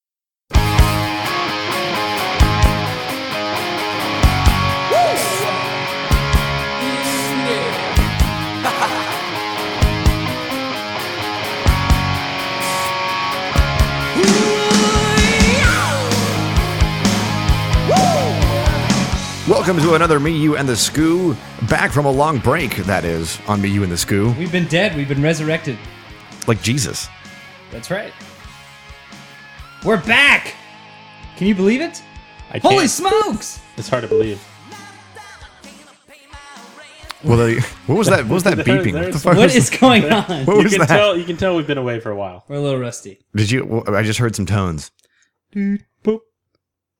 Welcome to another Me, You, and the Scoo. Back from a long break, that is, on Me, You, and the Scoo. We've been dead. We've been resurrected. Like Jesus. That's right. We're back. Can you believe it? I can't. Holy smokes! it's hard to believe. Well, they, what was that? What was that There- beeping? What the there's- fuck What was- is going on? What you was can that? tell. You can tell we've been away for a while. We're a little rusty. Did you? well, I just heard some tones. Boop.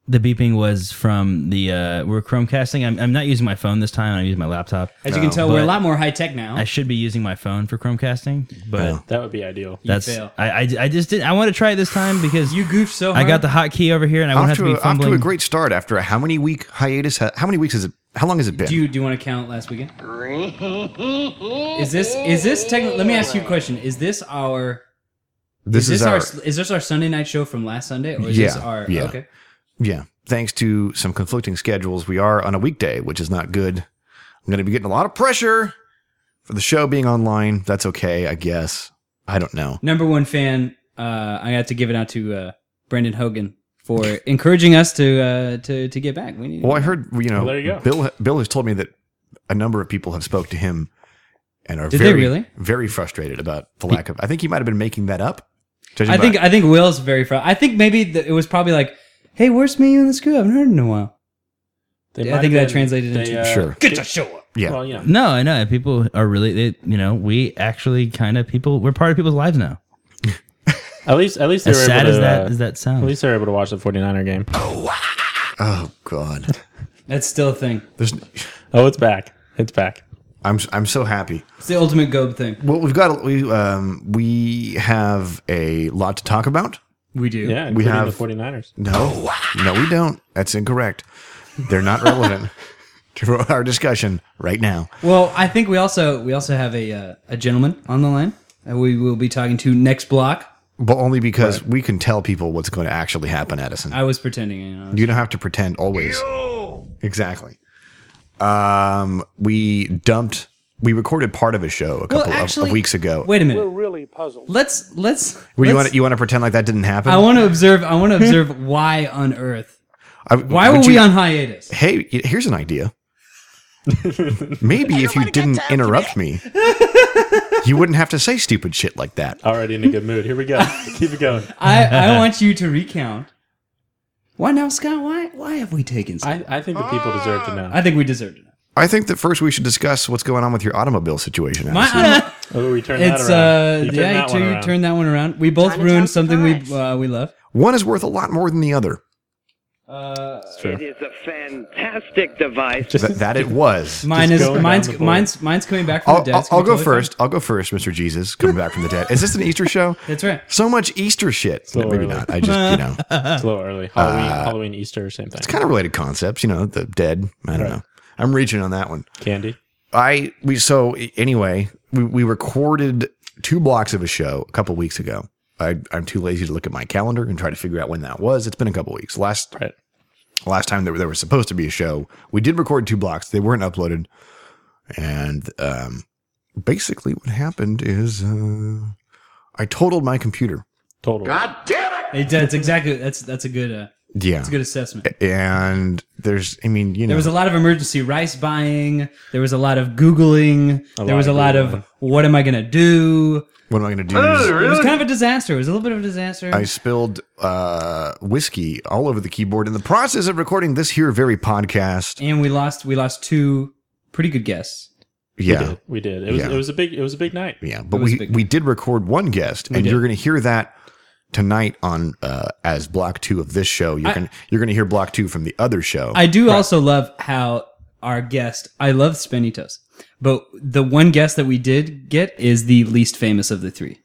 the beeping was from the uh, we're Chromecasting. I'm, I'm not using my phone this time. I'm using my laptop. As you can No, tell, we're a but- lot more high tech now. I should be using my phone for Chromecasting, but Oh. That would be ideal. you that's fail. I, I I just did. I want to try it this time because you goofed so I hard. got the hotkey over here and I won't Off have Oh, to, a, to be off to fumbling. a great start after a how many week hiatus? How, how many weeks has it? How long has it been? Do you do you want to count last weekend? Is this is this technically? Let me ask you a question. Is this our this is is this our, our, is this our Sunday night show from last Sunday or is this Yeah, our yeah. okay? yeah. Thanks to some conflicting schedules, we are on a weekday, which is not good. I'm going to be getting a lot of pressure for the show being online. That's okay, I guess. I don't know. Number one fan. Uh, I got to give it out to uh, Brendan Hogan for encouraging us to uh, to to get back. We need Well, I heard you know. Well, there you go. Bill Bill has told me that a number of people have spoke to him and are Did they very really? very frustrated about the lack of. I think he might have been making that up. Judging I think by, I think Will's very fr- I think maybe the, it was probably like, "Hey, where's me in the school? I haven't heard in a while." They Yeah, I might think have that translated into- Sure. Get your show up. Yeah. Well, you know, no, I know people are really. They, you know, we actually kind of people. We're part of people's lives now. at least at least they As were sad able as to. that uh, as that at sounds. least they were able to watch the 49er game. oh god, That's still a thing. There's, Oh, it's back. It's back. I'm I'm so happy. It's the ultimate gob thing. Well, we've got we um we have a lot to talk about. We do. Yeah, including have- the 49ers. No, no, we don't. That's incorrect. They're not relevant to our discussion right now. Well, I think we also we also have a uh, a gentleman on the line. that we will be talking to next block. But only because we can tell people what's going to actually happen, Edison. I was pretending. You know. You don't have to pretend always. Exactly. Um, we dumped. We recorded part of a show a couple of- of, weeks ago. Wait a minute. We're really puzzled. Let's let's. Well, you let's- want to you want to pretend like that didn't happen? I want to observe. I want to observe why on earth. I- Why were would we you- on hiatus? Hey, y- here's an idea. Maybe if you didn't interrupt me, you wouldn't have to say stupid shit like that. Already in a good mood. Here we go. Keep it going. I, I want you to recount. Why now, Scott? Why why have we taken? so- I, I think the people deserve to know. I think we deserved it. I think that first we should discuss what's going on with your automobile situation. My Allison. auto- Oh, we turned it's that around. uh You turned yeah, that you one two- around. turn that one around. We both ruined something we uh, we love. One is worth a lot more than the other. Uh, It is a fantastic device. Th- that it was. mine is go down mine's the board. mine's mine's coming back from I'll, the dead. I'll- It's gonna I'll be go totally fine. first. I'll go first, Mr. Jesus, coming back from the dead. Is this an Easter show? That's right. So much Easter shit. So Maybe early. not. I just, you know, it's It's a little early. Halloween, Halloween, Easter, same thing. kind of related concepts, you know, the dead. I don't Right. know. I'm reaching on that one. Candy. I, we, so i- anyway, we, we recorded two blocks of a show a couple weeks ago. I, I'm too lazy to look at my calendar and try to figure out when that was. It's been a couple weeks. Last, Right. last time there, there was supposed to be a show, we did record two blocks. They weren't uploaded. And, um, basically what happened is, uh, I totaled my computer. Total. It, that's exactly that's that's a good uh, Yeah. that's a good assessment. and there's i mean you know There was a lot of emergency rice buying. There was a lot of googling. there lot was a of lot Googling. of what am I gonna do? what am i going to do is It was kind of a disaster. It was a little bit of a disaster. i spilled uh whiskey all over the keyboard in the process of recording this here very podcast and we lost we lost two pretty good guests. We yeah did. We did. It was. Yeah. It was a big. It was a big night. yeah but It was we big. we did record one guest and you're going to hear that tonight on uh as block 2 of this show you're I- going you're going to hear block 2 from the other show I do also love how our guest. I love Spanitos, but the one guest that we did get is the least famous of the three.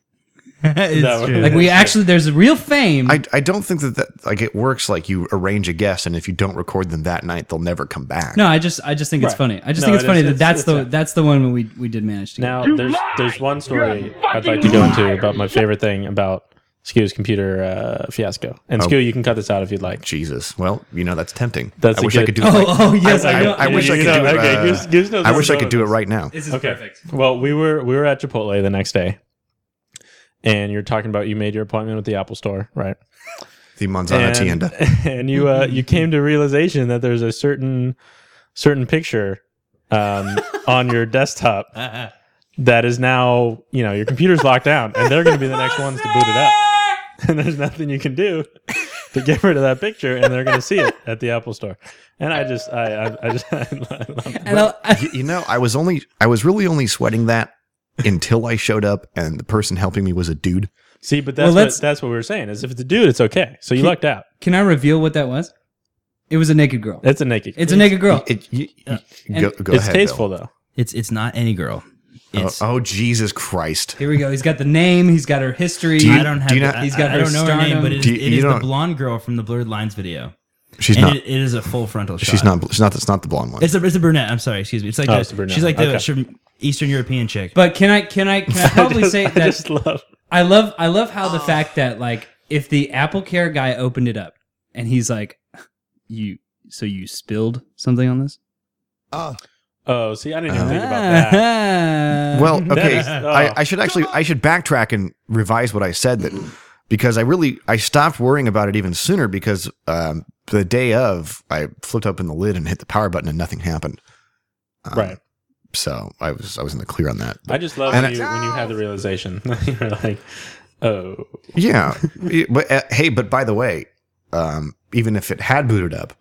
it's No. true. Like we actually, there's a real fame. I, I don't think that, that like it works like you arrange a guest and if you don't record them that night they'll never come back. no, I just I just think it's Right. funny. I just No, think it's it funny is- that it's- that's it's the a- that's the one we we did manage to. get. Now there's there's one story I'd like to go into about my favorite thing about Skew's computer uh, fiasco. And Skew, you can cut this out if you'd like. Jesus. Well, you know that's tempting. That's I a wish I good- could do it. Oh, like- oh yes, I, I, know. I wish I could You know, do it. okay, uh, Goose- Goose knows I this wish I is could do it right now. This is Okay. perfect. Well, we were we were at Chipotle the next day, and you're talking about you made your appointment at the Apple Store, right? The Manzana and, Tienda. and you uh, you came to realization that there's a certain certain picture um, on your desktop Uh, that is now, you know, your computer's locked down and they're going to be the next ones to boot it up. And there's nothing you can do to get rid of that picture and they're going to see it at the Apple store. And I just, I, I, I just, I love it. And I'll- Y- you know, I was only I was really only sweating that until I showed up and the person helping me was a dude. see, but Well, that's, let's- what, that's what we were saying is if it's a dude, it's okay. So you Can- lucked out. can I reveal what that was? It was a naked girl. It's a naked. It's a naked girl. It, y- y- and go go it's ahead. tasteful Bill. though. it's it's not any girl. Oh, It's oh, Jesus Christ! Here we go. He's got the name. He's got her history. Do you- I don't have. do you the- not- I, He's got I her don't know her name, sternum. but it is, Do you- it you is the don't- blonde girl from the Blurred Lines video, She's and not. it, it is a full frontal shot. she's not. It's not. It's not the blonde one. It's a it's a brunette. I'm sorry. Excuse me. It's like Oh, a, it's a brunette. she's like the Okay. she's Eastern European chick. But can I can I can I probably just- say I that just love. I love I love how the fact that like if the Apple Care guy opened it up and he's like, you so you spilled something on this? Ah. Oh, see, I didn't even Uh, think Ah. about that. well, okay. is- oh. I, I should actually I should backtrack and revise what I said that because I really I stopped worrying about it even sooner because um, the day of I flipped open the lid and hit the power button and nothing happened. Um, Right. So I was I was in the clear on that. I just love And when I- you, when you have the realization. You're like, oh, Yeah. It- but uh, hey, but by the way, um, even if it had booted up,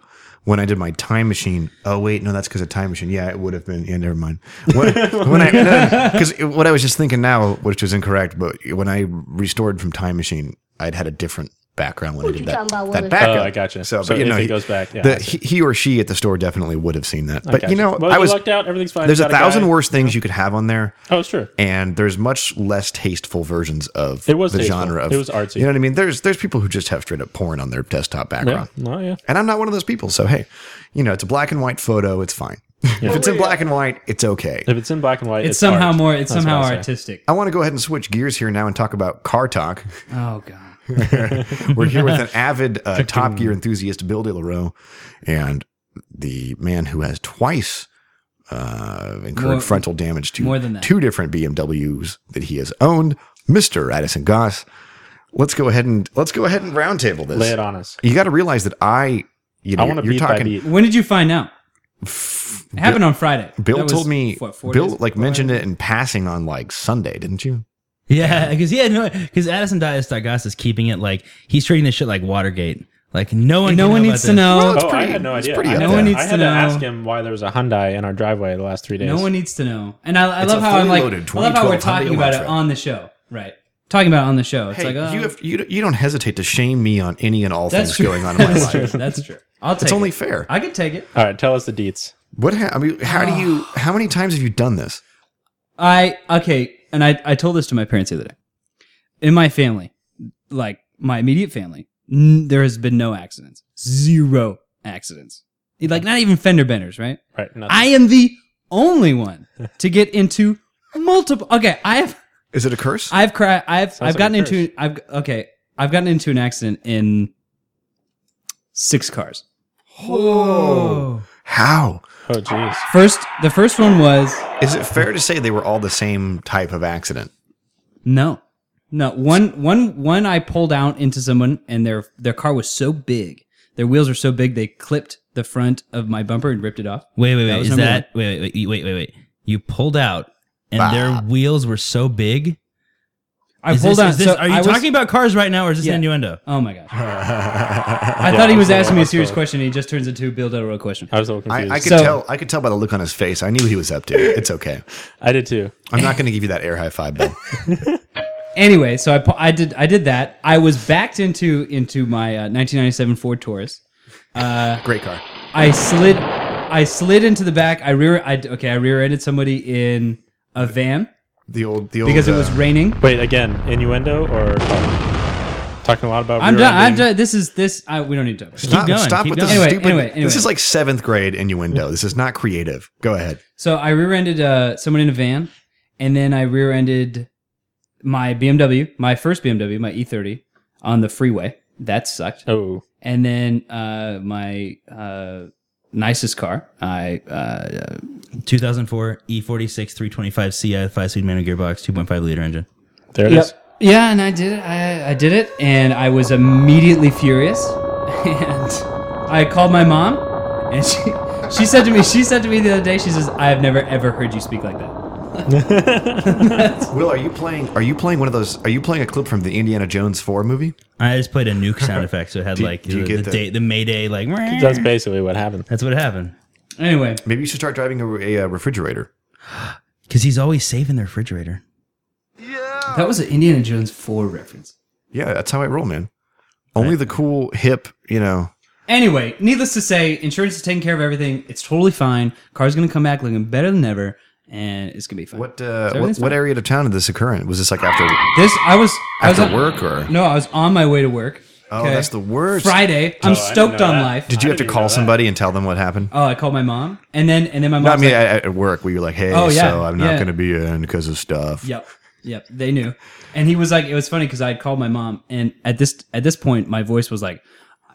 when I did my time machine, oh wait, no, that's because of time machine. Yeah, it would have been. Yeah, never mind. When, when I because what I was just thinking now, which was incorrect, but when I restored from time machine, I'd had a different background when I did that. That oh, backup. I got you. So, So, but you if know, it he- goes back, yeah, I the, see. he, he or she at the store definitely would have seen that. I But got you know, Well, I you was lucked out. Everything's fine. there's a Got guy. thousand worse things you could have on there, Oh, it's true. and there's much less tasteful versions of It was the tasteful. genre of It was artsy. You know what I mean? There's there's people who just have straight up porn on their desktop Yeah. background, Oh, yeah. and I'm not one of those people. So hey, you know, it's a black and white photo. It's fine. if it's in black and white, it's okay. If it's in black and white, it's, it's, somehow art. more it's That's somehow what I say. artistic. I want to go ahead and switch gears here now and talk about car talk. Oh god. We're here with an avid uh, Top Gear enthusiast, Bill De La Rue, and the man who has twice uh, incurred More- frontal damage to more than that. two different BMWs that he has owned, Mister Addison Goss. Let's go ahead and let's go ahead and roundtable this. Lay it on us. You got to realize that I, you know, I want to you're beat by talking. beat. When did you find out? It happened on Friday. Bill That was, told me. what, four Bill days like before mentioned I- it in passing on like Sunday, didn't you? Yeah, because yeah, no, because Addison Dias Dagas is keeping it like he's treating this shit like Watergate. Like no one, No can one know needs to about this. know. It's oh, I pretty- had no it's idea. pretty I up there. had, to- No one I needs had to to know. ask him why there was a Hyundai in our driveway the last three days. No one needs to know. And I, I It's love a how I'm fully like loaded I love how we're 2012 talking Hyundai about it Elantra. on the show. Right. Talking about it on the show. It's Hey, like oh, you have you, you don't hesitate to shame me on any and all that's things true. going on in my that's life. True. That's true. I'll take It's it. only fair. I could take it. All right, tell us the deets. What? Ha- I mean, how do you? How many times have you done this? I okay, and I I told this to my parents the other day. In my family, like my immediate family, n- there has been no accidents, zero accidents. Like not even fender benders, right? Right. Nothing. I am the only one to get into multiple. Okay, I have Is it a curse? I've cried. I've Sounds I've like gotten a into I've okay. I've gotten into an accident in six cars. Whoa. How oh, jeez. First, the first one was is it fair to say they were all the same type of accident? No, no. One, one, one. I pulled out into someone, and their their car was so big, their wheels were so big, they clipped the front of my bumper and ripped it off. Wait, wait, That wait. was Is number that wait, wait, wait, wait, wait, wait? You pulled out, and their wheels were so big. I Is pulled this- out. is this- so are you I was- talking about cars right now, or is this Yeah. an innuendo? Oh my god! I, I thought he was that's asking all- me a that's serious all. question, and he just turns into a Bill Del Roy question. I was a little confused. I, I could So- tell. I could tell by the look on his face. I knew what he was up to. It's okay. did too. I'm not going to give you that air high five, Bill. Anyway, so I, pu- I did I did that. I was backed into into my uh, 1997 Ford Taurus. Great car. I slid I slid into the back. I rear I okay. I rear-ended somebody in a van The old. The old. because it was uh, raining. Wait, again, innuendo or talking a lot about. I'm done. I'm rear-ending? done. This is this. I, we don't need to talk. about this. Stop, going, stop keep with going. this Anyway, stupid. anyway, anyway. This is like seventh grade innuendo. This is not creative. Go ahead. So I rear-ended uh, someone in a van, and then I rear-ended my BMW, my first BMW, my E30, on the freeway. That sucked. Oh, And then uh, my uh, nicest car, I uh, uh, 2004 E46 325 Ci five speed manual gearbox 2.5 liter engine. there it is. yeah, and I did it. I, I did it, and I was immediately furious, and I called my mom, and she She said to me, she said to me the other day, she says, I have never ever heard you speak like that. Will, are you playing? Are you playing one of those? Are you playing a clip from the Indiana Jones Four movie? I just played a nuke sound effect, so it had Do- like do you the, get the, the- day, the Mayday, like That's basically what happened. that's what happened. Anyway, Maybe you should start driving a, a, uh, refrigerator. Because he's always saving the refrigerator. that was an Indiana Jones 4 reference. Yeah, that's how I roll, man. Only the cool, hip, you know. Anyway, needless to say, insurance is taking care of everything. It's totally fine. Car's gonna come back looking better than ever, and it's gonna be fine. What So uh, what, everything's what fine. area of town did this occur in? Was this like after This I was I was after on- work or? No, I was on my way to work. Oh, okay? that's the worst. Friday. I'm Oh, I didn't stoked know on that. life. Did you I have to didn't call know that. somebody and tell them what happened? oh, I called my mom, and then and then my mom. no, I mean like, at, at work where you're like, hey, Oh, yeah, so I'm not yeah. going to be in because of stuff. Yep. Yep. They knew. And he was like, it was funny because I had called my mom, and at this at this point, my voice was like,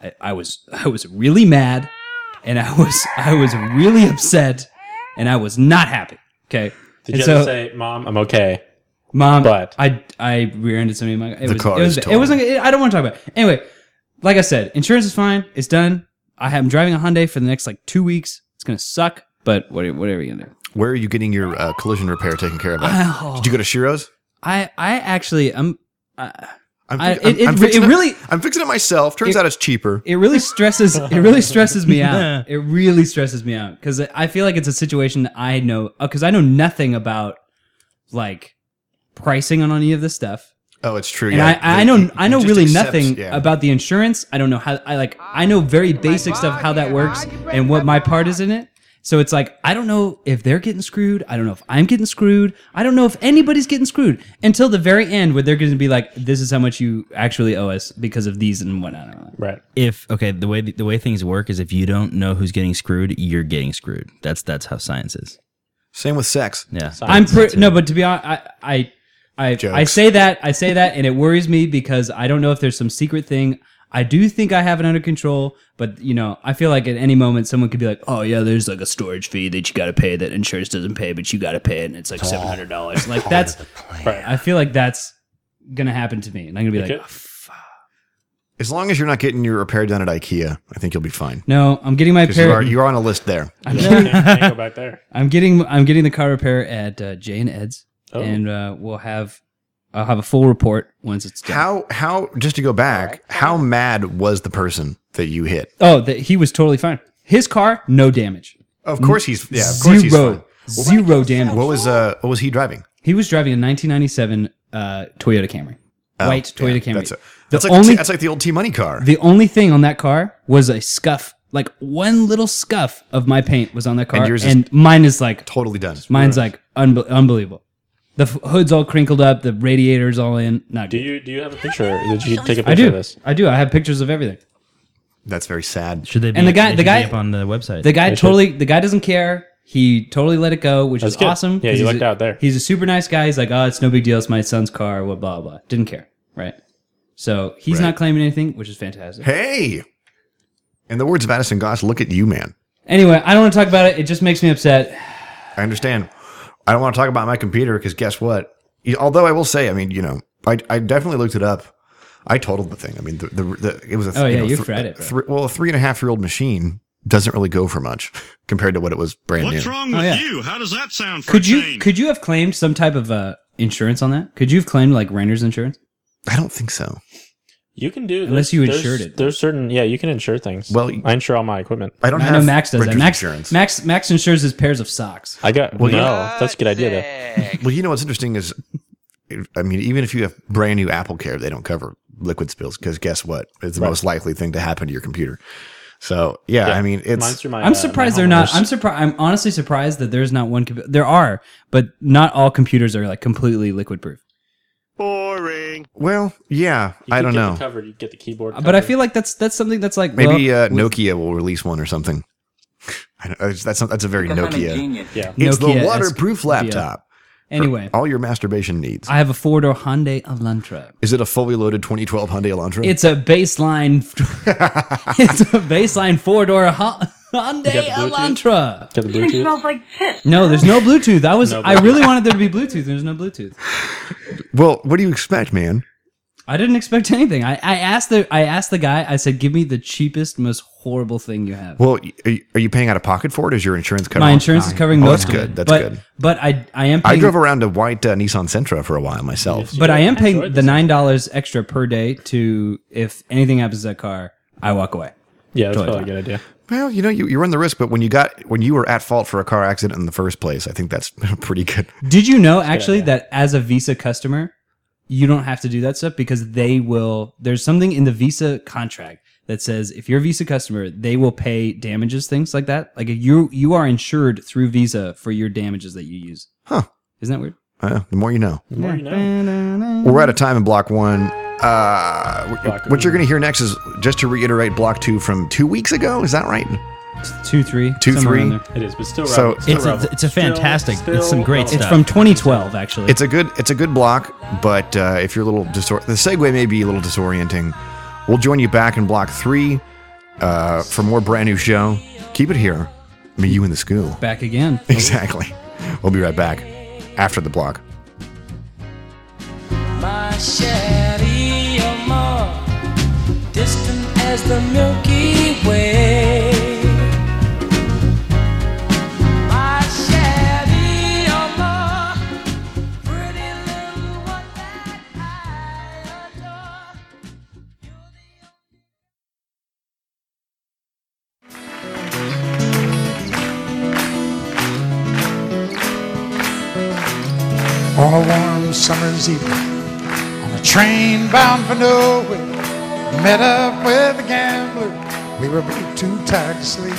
I, I was I was really mad, and I was I was really upset, and I was not happy. Okay. Did And you so, ever say, "Mom, I'm okay"? mom, but- I I rear-ended somebody. In my, it The was, car it is was, it totaled. was like, I don't want to talk about. It. Anyway, like I said, insurance is fine. It's done. I am driving a Hyundai for the next like two weeks. It's gonna suck, but what whatever you gonna do. Where are you getting your uh, collision repair taken care of? At? Oh, Did you go to Shiro's? I I actually um, I'm. I, I'm, I, fi- I'm- it, it, I'm re- fixing it really I'm fixing it myself. Turns It- out it's cheaper. it really stresses it really stresses me out it really stresses me out because i feel like it's a situation that i know because i know nothing about like pricing on any of this stuff Oh, it's true. and yeah. I, I They- know you- i you know just really accept- nothing yeah. about the insurance i don't know how i like i know very basic stuff how that works and what my part is in it so it's like i don't know if they're getting screwed i don't know if i'm getting screwed i don't know if anybody's getting screwed until the very end where they're going to be like this is how much you actually owe us because of these and whatnot Right. If okay, the way the way things work is if you don't know who's getting screwed, you're getting screwed. That's that's how science is. Same with sex. Yeah. I'm pretty no, but to be honest, I I I, I Jokes. say that I say that, and it worries me because I don't know if there's some secret thing. I do think I have it under control, but you know, I feel like at any moment someone could be like, "Oh yeah, there's like a storage fee that you got to pay that insurance doesn't pay, but you got to pay it, and it's like seven hundred dollars." Like that's, I feel like that's gonna happen to me, and I'm gonna be like, "Oh, Okay. As long as you're not getting your repair done at IKEA, I think you'll be fine. "No, I'm getting my Because you are repair. you're on a list there. I'm, Can't, getting, can't go back there. I'm getting I'm getting the car repair at uh, J and Ed's, Oh. and uh, we'll have I'll have a full report once it's done." How how just to go back, how mad was the person that you hit? Oh, that he was totally fine. His car, no damage. Of course he's yeah, of course he's fine. zero, zero damage. What was uh what was he driving? He was driving a 1997 uh, Toyota Camry, white Toyota Camry. Oh, That's, a, that's the like only the, that's like the old T money car. the only thing on that car was a scuff, like one little scuff of my paint was on that car, and, yours is- mine is like totally done. mine's like unbe- unbelievable. The f- hood's all crinkled up, the radiator's all in. Not Do good. you do you have a picture? Did you take a picture I of do. this? I do. I have pictures of everything. That's very sad. Should they be And the guy- the they guy- should be up on the website? The guy totally. The guy doesn't care. He totally let it go, which That's is good. awesome. Yeah, 'cause you he's lucked a- out there. He's a super nice guy. He's like, oh, it's no big deal. It's my son's car. What blah blah. blah." Didn't care, right? So he's Right. not claiming anything, which is fantastic. Hey. In the words of Addison Goss, look at you, man. Anyway, I don't want to talk about it. It just makes me upset. I understand. I don't want to talk about my computer because guess what? You- Although I will say, I mean, you know, I, I definitely looked it up. I totaled the thing. I mean, the, the, the it was a Oh, yeah, know, you thr- fried it, bro. thr- well, a three and a half year old machine doesn't really go for much compared to what it was brand What's new. wrong Oh, with yeah. you? How does that sound for Could a you change? could you have claimed some type of uh, insurance on that? Could you have claimed like renter's insurance? I don't think so. You can do Unless there's- you there's- insured it. There's certain yeah, you can insure things. Well, I insure all my equipment. I don't I know have Max does that. renter's Max insurance. Max Max insures his pairs of socks. I got Well, no. you- Oh, That's a good idea though. Well, you know what's interesting is, I mean, even if you have brand new Apple Care, they don't cover liquid spills because guess what? It's the Right. most likely thing to happen to your computer. So yeah, I mean, it's Mine's through my, uh, I'm surprised my they're not. homeowners. I'm surprised. I'm honestly surprised that there's not one. compu- There are, but not all computers are like completely liquid proof. Boring. well, yeah, You I could don't get know. The cover, you get the keyboard. But I covered. feel like that's that's something that's like Maybe well, uh, Nokia will release one or something. I don't, that's- that's not, that's a very Nokia. yeah. It's the Nokia-esque waterproof idea. laptop. for Anyway, all your masturbation needs. I have a four door Hyundai Elantra. Is it a fully loaded 2012 Hyundai Elantra? It's a baseline. it's a baseline four door Hyundai got the Bluetooth? Elantra. Get the Bluetooth. like piss. No, there's no Bluetooth. I was. No I really wanted there to be Bluetooth. There's no Bluetooth. well, what do you expect, man? I didn't expect anything. I, I asked the I asked the guy. I said, "Give me the cheapest, most horrible thing you have." Well, y- are you- are you paying out of pocket for it? Is your insurance covering? My insurance is covering Oh, most. that's of it, good. That's but, good. But I I am. Paying, I drove around a white uh, Nissan Sentra for a while myself. But I am paying enjoyed the this. nine dollars extra per day to if anything happens to that car, I walk away. Yeah, that's Totally probably a good idea. Well, you know, you, you run the risk, but when you got when you were at fault for a car accident in the first place, I think that's pretty good. Did you know actually that as a Visa customer, you don't have to do that stuff because they will. There's something in the Visa contract that says if you're a Visa customer, they will pay damages, things like that. Like if you you are insured through Visa for your damages that you use. Huh. Isn't that weird? Uh, the more you know. The more you know. We're out of time in block one. Uh, w- what you're going to hear next is just to reiterate block two from two weeks ago. Is that right? Two three Two, somewhere three. around there. It is, but still, So- relevant. Still It's a, relevant. it's a Still- fantastic. still it's some great relevant. It's stuff. from 2012 actually. It's a good it's a good block, but uh, if you're a little disor- the segue may be a little disorienting. We'll join you back in block three uh, for more brand new show. Keep it here. Me, you, and the school. back again. Exactly. We'll be right back after the block. my shadow you're more distant as the Milky Way. My shadow you're more pretty little one that I adore. You're the On a warm summer's evening, on a train bound for nowhere, I met up with a gambler. We were both too tired to sleep,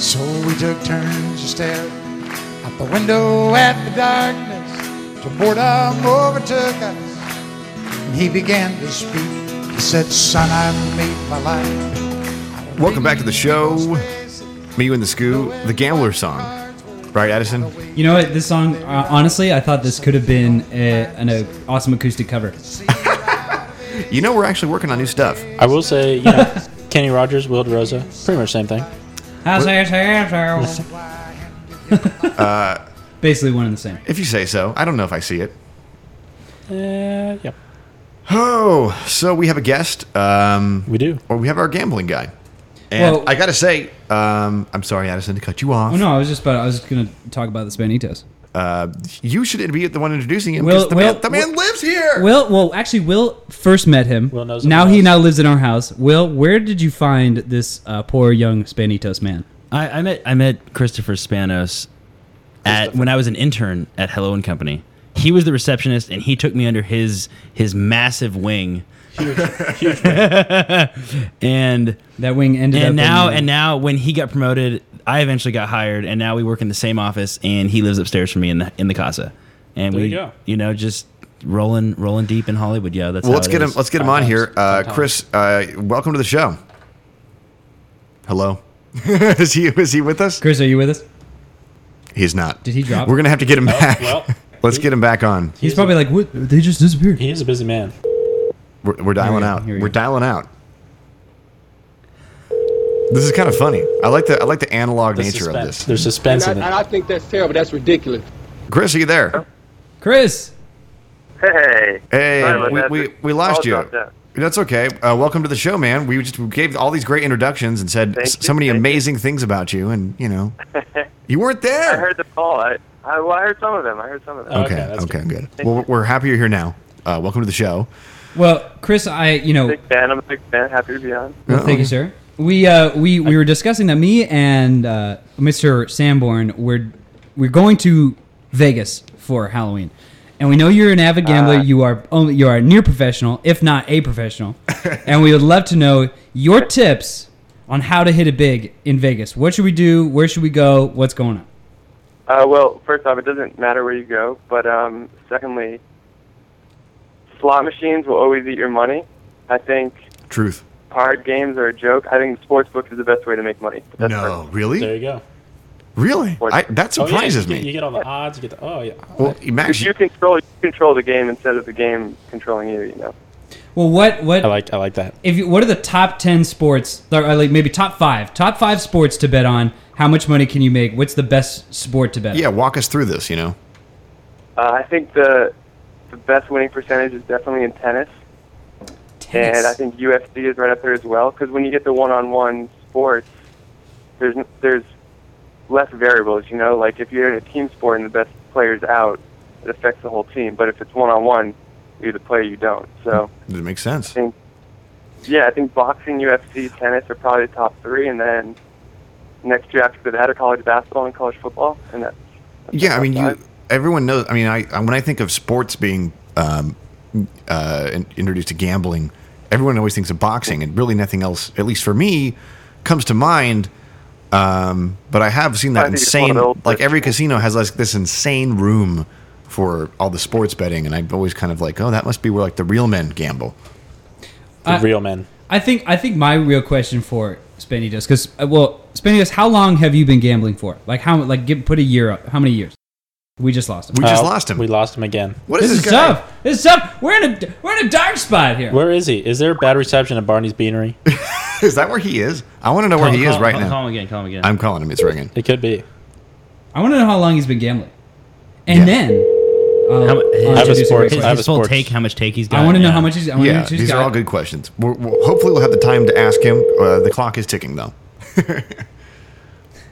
so we took turns to stare out the window at the darkness. Till boredom overtook us, and he began to speak. He said, "Son, I made my life." Welcome back to the show. Me, you, and the school. The Gambler song, right, Addison? You know what? This song, uh, honestly, I thought this could have been a, an uh, awesome acoustic cover. You know we're actually working on new stuff. I will say, you know, Kenny Rogers, Will DeRosa, pretty much same thing. How's that? Basically, one and the same. If you say so. I don't know if I see it. Uh, yep, Oh, so we have a guest, um, we do. or we have our gambling guy. And Well- I gotta say, um, I'm sorry, Addison, to cut you off. Oh no, I was just about. I was just gonna talk about the Spanitos. uh, you should be the one introducing him because Will- the, Will- man, the man Will- lives here. Will, well, actually, Will first met him. Will knows him now well. he now lives in our house. Will, where did you find this uh, poor young Spanitos man? I, I met I met Christopher Spanos at when I was an intern at Hello and Company. He was the receptionist, and he took me under his his massive wing. and That wing ended up. and now in, and now when he got promoted, I eventually got hired, and now we work in the same office, and he lives upstairs from me in the in the casa. And There we you go. you know just rolling rolling deep in Hollywood. Yeah, that's Well, how let's it get him. is. Let's get him on here. Uh, Chris, uh, welcome to the show. Hello. is he is he with us? Chris, are you with us? He's not. Did he drop? Oh, We're gonna have to get him back. well. let's get him back on. He's probably like, what? They just disappeared. He is a busy man. We're, we're dialing go, out. here We we are go. dialing out. This is kind of funny. I like the I like the analog The nature of suspense. this. There's suspense in it. think that's terrible. That's ridiculous. Chris, are you there? Chris, Hey. Hey, Sorry about we, that. we, The we lost call you. dropped out. That's okay. Uh, welcome to the show, man. We just gave all these great introductions and said Thank s- you, so many thank you. amazing things about you, and you know, you weren't I there. heard the call. I, I, well, I heard some of them. I heard some of them. Oh. okay, Okay, that's okay, good. Well, we're happy you're here now. Uh, welcome to the show. well, Chris, I you know Big fan. I'm a big fan. Happy to be on. Well, Uh-oh. thank you, sir. We uh, we we were discussing that me and uh, Mr. Sanborn we're we're going to Vegas for Halloween, and we know you're an avid gambler. you are only you are a near professional, if not a professional, and we would love to know your tips on how to hit it big in Vegas. What should we do? Where should we go? What's going on? Uh, well, first off, it doesn't matter where you go. But um, secondly, slot machines will always eat your money. I think Truth. card games are a joke. I think sportsbook is the best way to make money. But that's No, There really, you go. really. I, that Oh, yeah, surprises you get- You me. get all the odds. You get the oh yeah. Well, Because you imagine. control you control the game instead of the game controlling you. You know. Well, what what I like I like that. if you, what are the top 10 sports or or, like maybe top 5 top 5 sports to bet on how much money can you make what's the best sport to bet Yeah, on? walk us through this. You know. Uh, I think the the best winning percentage is definitely in tennis. And I think UFC is right up there as well because when you get to one-on-one sports, there's n- there's less variables. You know, like if you're in a team sport and the best player's out, it affects the whole team. But if it's one-on-one, you're the player, you don't. So Does it make sense? yeah, I think boxing, UFC, tennis are probably the top three, and then next year after that are college basketball and college football, and that's Yeah, I mean, you. Everyone knows. I mean, I I- when I think of sports being um, uh, in- introduced to gambling, everyone always thinks of boxing, and really nothing else, at least for me, comes to mind. Um, but I have seen I that think it's one of insane, the old like every casino has like this insane room for all the sports betting, and I'm always kind of like, oh, that must be where like the real men gamble. The I- real men. I think I think my real question for Spendios because uh, well Spendios, how long have you been gambling for? Like how like give, put a year up? How many years? We just lost him. We just Oh, lost him. We lost him again. what Uh, this is is this guy? tough. This is tough. We're in a we're in a dark spot here. Where is he? Is there bad reception at Barney's Beanery? Is that where he is? I want to know where he is right now. Call him again. Call him again. I'm calling him. It's ringing. It could be. I want to know how long he's been gambling, and Yeah. then uh, I'll, How I'll mu- I have a introduce him sport- real his, I have quick. a his full sports- take. How much take he's got? I want to know yeah. how much he's. I want Yeah, to know he's these are got. all good questions. We're, we'll, hopefully, we'll have the time to ask him. Uh, the clock is ticking, though.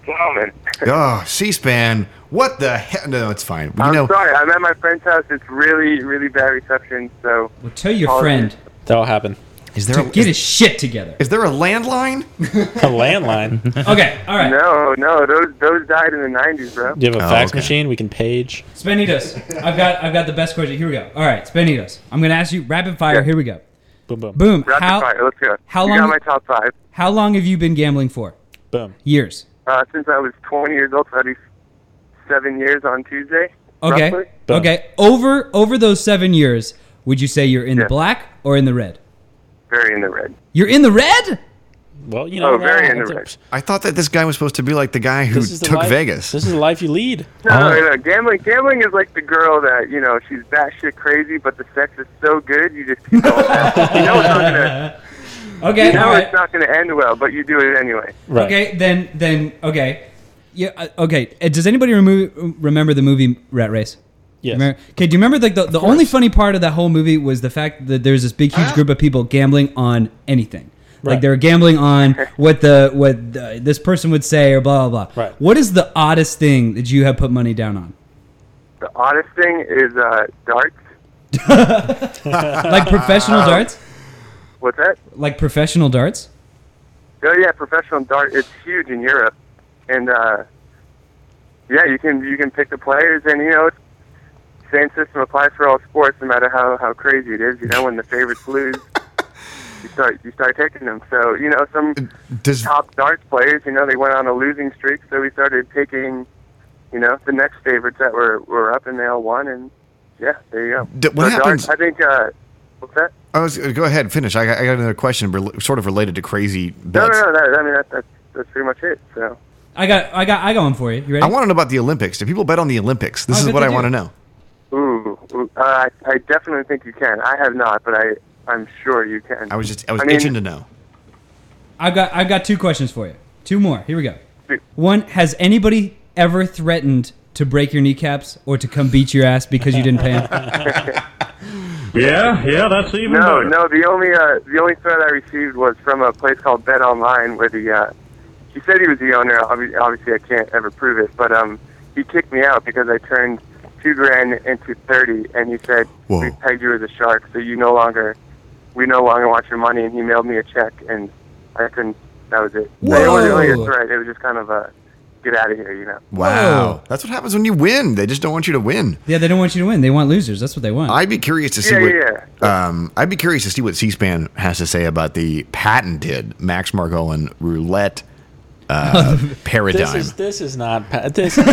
Plowman. Oh, C-SPAN. What the hell? No, it's fine. You I'm know, sorry, I'm at my friend's house. It's really, really bad reception, so Well, tell your All- friend That'll happen. is there to a, get is, his shit together. is there a landline? A landline. Okay, all right, no, no, those those died in the '90s, bro. Do you have a Oh, fax okay. machine? We can page. Spanitos. I've got I've got the best question. Here we go. All right, Spanitos. I'm gonna ask you rapid fire. Here we go. Boom, boom, Boom. Rapid how fire. Let's go. how You got long- my top five. how long have you been gambling for? boom. Years. Uh, since I was 20 years old, so that'd be seven years on Tuesday. Okay. Roughly. Done. Okay. Over over those seven years, would you say you're in the Yeah. black or in the red? Very in the red. You're in the red. Well, you know. Oh, very that's interesting. a- I thought that this guy was supposed to be like the guy who this is the took life- Vegas. This is the life you lead. Uh, No, no, no. Gambling, gambling is like the girl that you know she's batshit crazy, but the sex is so good you just keep going. you know it's not gonna, Okay. you know all right. it's not gonna end well, but you do it anyway. Right. Okay. Then then okay. Yeah. uh, Okay. Uh, Does anybody remember remember the movie Rat Race? Yes. Remember- Okay. Do you remember like the, the only funny part of that whole movie was the fact that there's this big huge group of people gambling on anything. Like Uh-huh. Right. they were gambling on what the what the, this person would say or blah blah blah. Right. What is the oddest thing that you have put money down on? The oddest thing is uh, darts. Like professional darts? What's that? Like professional darts? Oh yeah, professional dart. It's huge in Europe, and uh, yeah, you can you can pick the players, and you know, it's, same system applies for all sports, no matter how how crazy it is. You know, when the favorites lose, you start you start taking them. So you know, some Does top darts players, you know, they went on a losing streak, so we started taking, you know, the next favorites that were were up, and they all won, and yeah, there you go. D- what So happens- Darts, I think. Uh, what's that? I was, uh, go ahead, finish. I got, I got another question, rel- sort of related to crazy No, bets. no, no. That, I mean, that, that's that's pretty much it. So. I got I got I got one for you. You ready? I want to know about the Olympics. Do people bet on the Olympics? This I is bet what they I do. want to know. Ooh, ooh, uh, I I definitely think you can. I have not, but I I'm sure you can. I was just, I was I mean- itching to know. I've got I've got two questions for you. Two more. Here we go. Shoot. One, has anybody ever threatened to break your kneecaps or to come beat your ass because you didn't pay him? Yeah, yeah, that's even no, better. no. The only uh, the only threat I received was from a place called Bet Online, where the uh, he said he was the owner. Obvi- Obviously, I can't ever prove it, but um, he kicked me out because I turned two grand into thirty, and he said Whoa. we pegged you as a shark, so you no longer we no longer want your money. And he mailed me a check, and I couldn't. That was it. It wasn't really Whoa. a threat. It was just kind of a get out of here, you know. Wow, Whoa. that's what happens when you win. They just don't want you to win. yeah, they don't want you to win. They want losers. That's what they want. I'd be curious to see Yeah, what yeah, Um, I'd be curious to see what C-SPAN has to say about the patented Max Margolin roulette uh, This paradigm. is this is not pa- this. Is,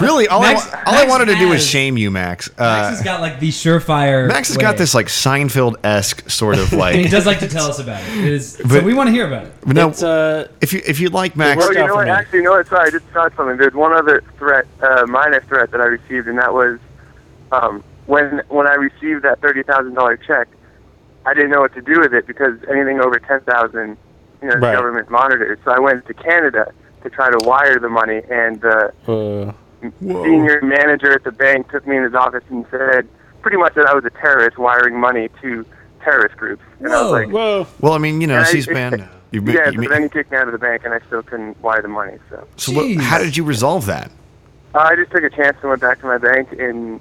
really, all, Max- I, wa- all I Max wanted to do was has- shame you, Max. Uh, Max has got like the surefire. Max has way. got this like Seinfeld-esque sort of like. And he does like to tell us about it. It is- so But- we want to hear about it. But no, it's, uh, if you if you like Max, Well, you stuff know for what? me. Actually, you know what? Sorry, I just thought something. There's one other threat, uh, minor threat that I received, and that was um, when when I received that thirty thousand dollar check, I didn't know what to do with it because anything over ten thousand, you know, the Right. government monitors. So I went to Canada to try to wire the money, and the uh, senior manager at the bank took me in his office and said pretty much that I was a terrorist wiring money to terrorist groups. And I was like, whoa. Well, I mean, you know, and I- C-SPAN. You've been, uh, yeah, you but mean- then he kicked me out of the bank, and I still couldn't wire the money. So so what, how did you resolve that? uh, I just took a chance and went back to my bank in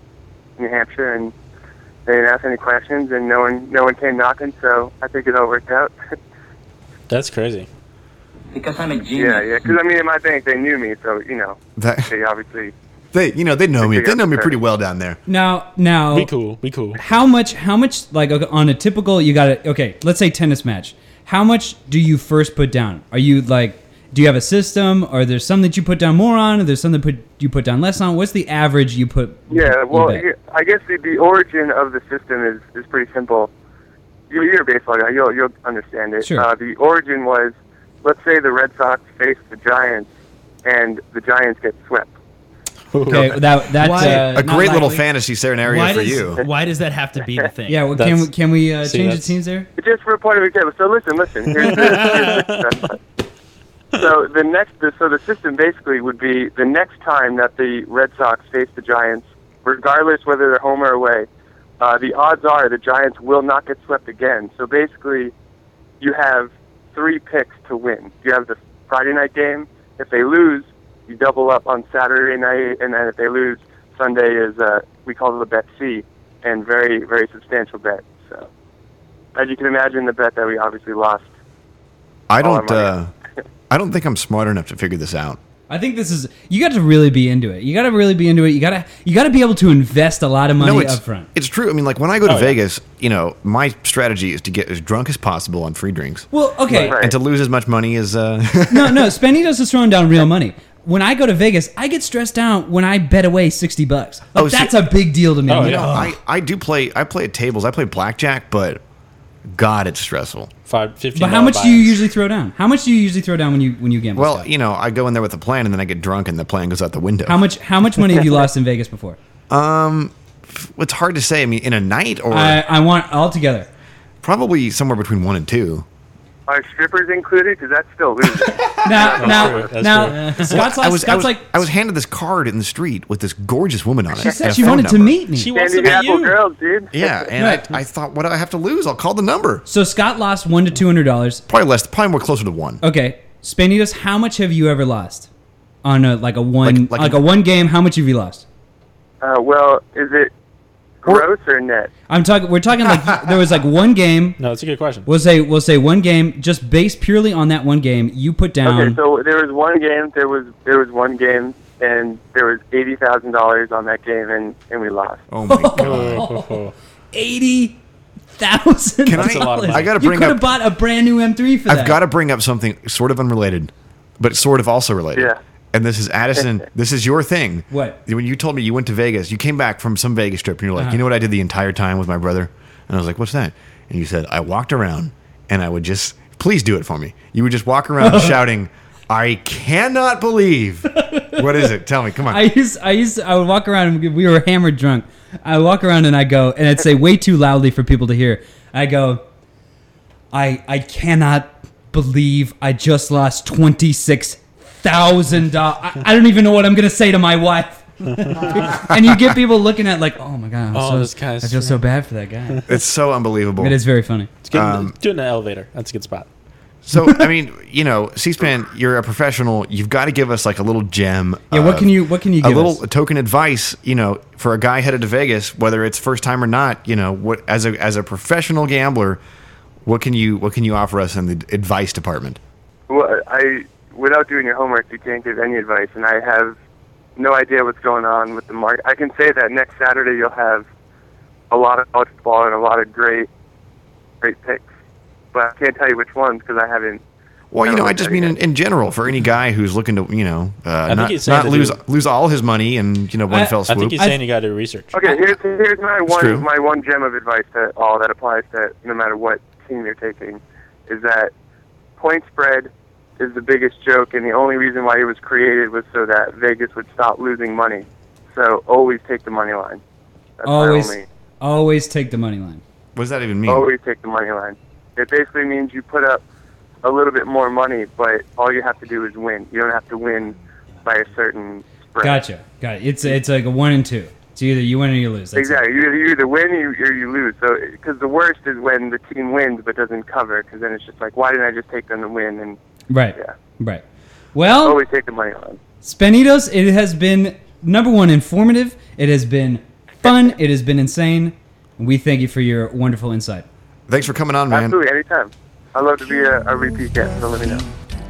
New Hampshire, and they didn't ask any questions, and no one no one came knocking. So I think it all worked out. That's crazy. Because I'm a genius. Yeah, yeah. Because I mean, in my bank, they knew me, so you know, That- they obviously. They, you know, they know me. Figure They out know me the pretty well down there. Now, now, Be cool. Be cool. how much? How much? Like okay, on a typical, you got to okay. Let's say tennis match. How much do you first put down? Are you like? Do you have a system? Or there's some that you put down more on? Or there's some that put you put down less on? What's the average you put? Yeah, you well, bet? yeah, I guess the, the origin of the system is, is pretty simple. You're, you're a baseball guy, you'll, you'll understand it. Sure. Uh, the origin was let's say the Red Sox face the Giants, and the Giants get swept. okay, that that's Why- uh, a not great little likely. fantasy scenario why for does you. why does that have to be the thing? Yeah, well, can That's- we can we uh, see, change the that's- teams there? Just for a point of example. So listen, listen. Here's the, here's the so the next, the, so the system basically would be the next time that the Red Sox face the Giants, regardless whether they're home or away, uh, the odds are the Giants will not get swept again. So basically, you have three picks to win. You have the Friday night game. If they lose, you double up on Saturday night, and then if they lose, Sunday is uh, we call it a bet C, and very very substantial bet. So as you can imagine, the bet that we obviously lost. I all don't. my Uh, I don't think I'm smart enough to figure this out. I think this is you got to really be into it. You got to really be into it. You got to you got to be able to invest a lot of money No, up it's front. it's true. I mean, like when I go to Oh, yeah. Vegas, you know, my strategy is to get as drunk as possible on free drinks Well, okay. Right. and to lose as much money as. Uh, No, no, Spanitos is throwing down real money. When I go to Vegas, I get stressed out when I bet away 60 bucks. Like, Oh, see- that's a big deal to me. Oh, You yeah. know, I I do play. I play at tables. I play blackjack, but God, it's stressful. Five, 15 But how dollar much do you buy-ins. usually throw down? How much do you usually throw down when you when you gamble? Well, Scott? you know, I go in there with a plan, and then I get drunk, and the plan goes out the window. how much how much money have you lost in Vegas before? It's hard to say. I mean, in a night, or I, I want all together. probably somewhere between one and two. Are strippers included? Because that's still losing. Now now true. That's now Scott's like I was, Scott's I was, like I was handed this card in the street with this gorgeous woman on it. she said and a she phone wanted to number. meet me. She wants to Candy be apple you. girls, dude. Yeah, and Right. I, I thought, what do I have to lose? I'll call the number. So Scott lost one to two hundred dollars. Probably less. Probably more closer to one. Okay, Spanitos, how much have you ever lost on a like a one like, Like- like a, a- one game? How much have you lost? Uh, well, is it gross or net? I'm talking. We're talking like there was like one game. No, that's a good question. We'll say we'll say one game. Just based purely on that one game, you put down. Okay, so there was one game. There was there was one game, and there was eighty thousand dollars on that game, and and we lost. Oh my god! eighty thousand. Can I- That's a lot of money. I gotta You bring could up- have bought a brand new M3 for that. I've got to bring up something sort of unrelated, but sort of also related. Yeah. And this is Addison. this is your thing. What? Uh-huh. When you told me you went to Vegas, you came back from some Vegas trip, and you're like, you know what I did the entire time with my brother? And I was like, what's that? And you said, I walked around, and I would just, please do it for me. You would just walk around shouting, I cannot believe. What is it? Tell me. Come on. I used I used I would walk around and we were hammered drunk. I would walk around and I go and I'd say way too loudly for people to hear. I go, I I cannot believe I just lost twenty six thousand dollars. I, I don't even know what I'm gonna say to my wife. and you get people looking at like, oh my god, I'm Oh, so, this guy's I feel so bad for that guy. it's so unbelievable. It is very funny. It's good. do it in the elevator. That's a good spot. So, I mean, you know, C-SPAN, you're a professional. You've got to give us like a little gem. Yeah, what of- can you what can you a give little us? token advice, you know, for a guy headed to Vegas, whether it's first time or not, you know, what as a as a professional gambler, what can you what can you offer us in the advice department? Well, I without doing your homework, you can't give any advice, and I have no idea what's going on with the market. I can say that next Saturday you'll have a lot of college football and a lot of great, great picks, but I can't tell you which ones because I haven't. Well, you I know, don't I just know mean in, in general for any guy who's looking to, you know, uh, think not, he's saying not to lose do- lose all his money and you know one I- fell I swoop. think he's I- saying you got to do research. Okay, here's here's my true. one my one gem of advice to all that applies to no matter what team you're taking is that point spread is the biggest joke and the only reason why it was created was so that Vegas would stop losing money. So always take the money line. That's my Always only always take the money line. what does that even mean? always take the money line. It basically means you put up a little bit more money, but all you have to do is win. You don't have to win by a certain spread. Gotcha. Got it. It's it's like a one and two. It's either you win or you lose. That's exactly. You, you either win or you, or you lose. So, because the worst is when the team wins but doesn't cover, because then it's just like, why didn't I just take them to win and it. Right. Yeah. Right. Well, always take the money line? Spanitos, it has been number one informative. It has been fun. It has been insane. We thank you for your wonderful insight. Thanks for coming on, man. Absolutely, anytime. I'd love to be a, a repeat guest. So let me know.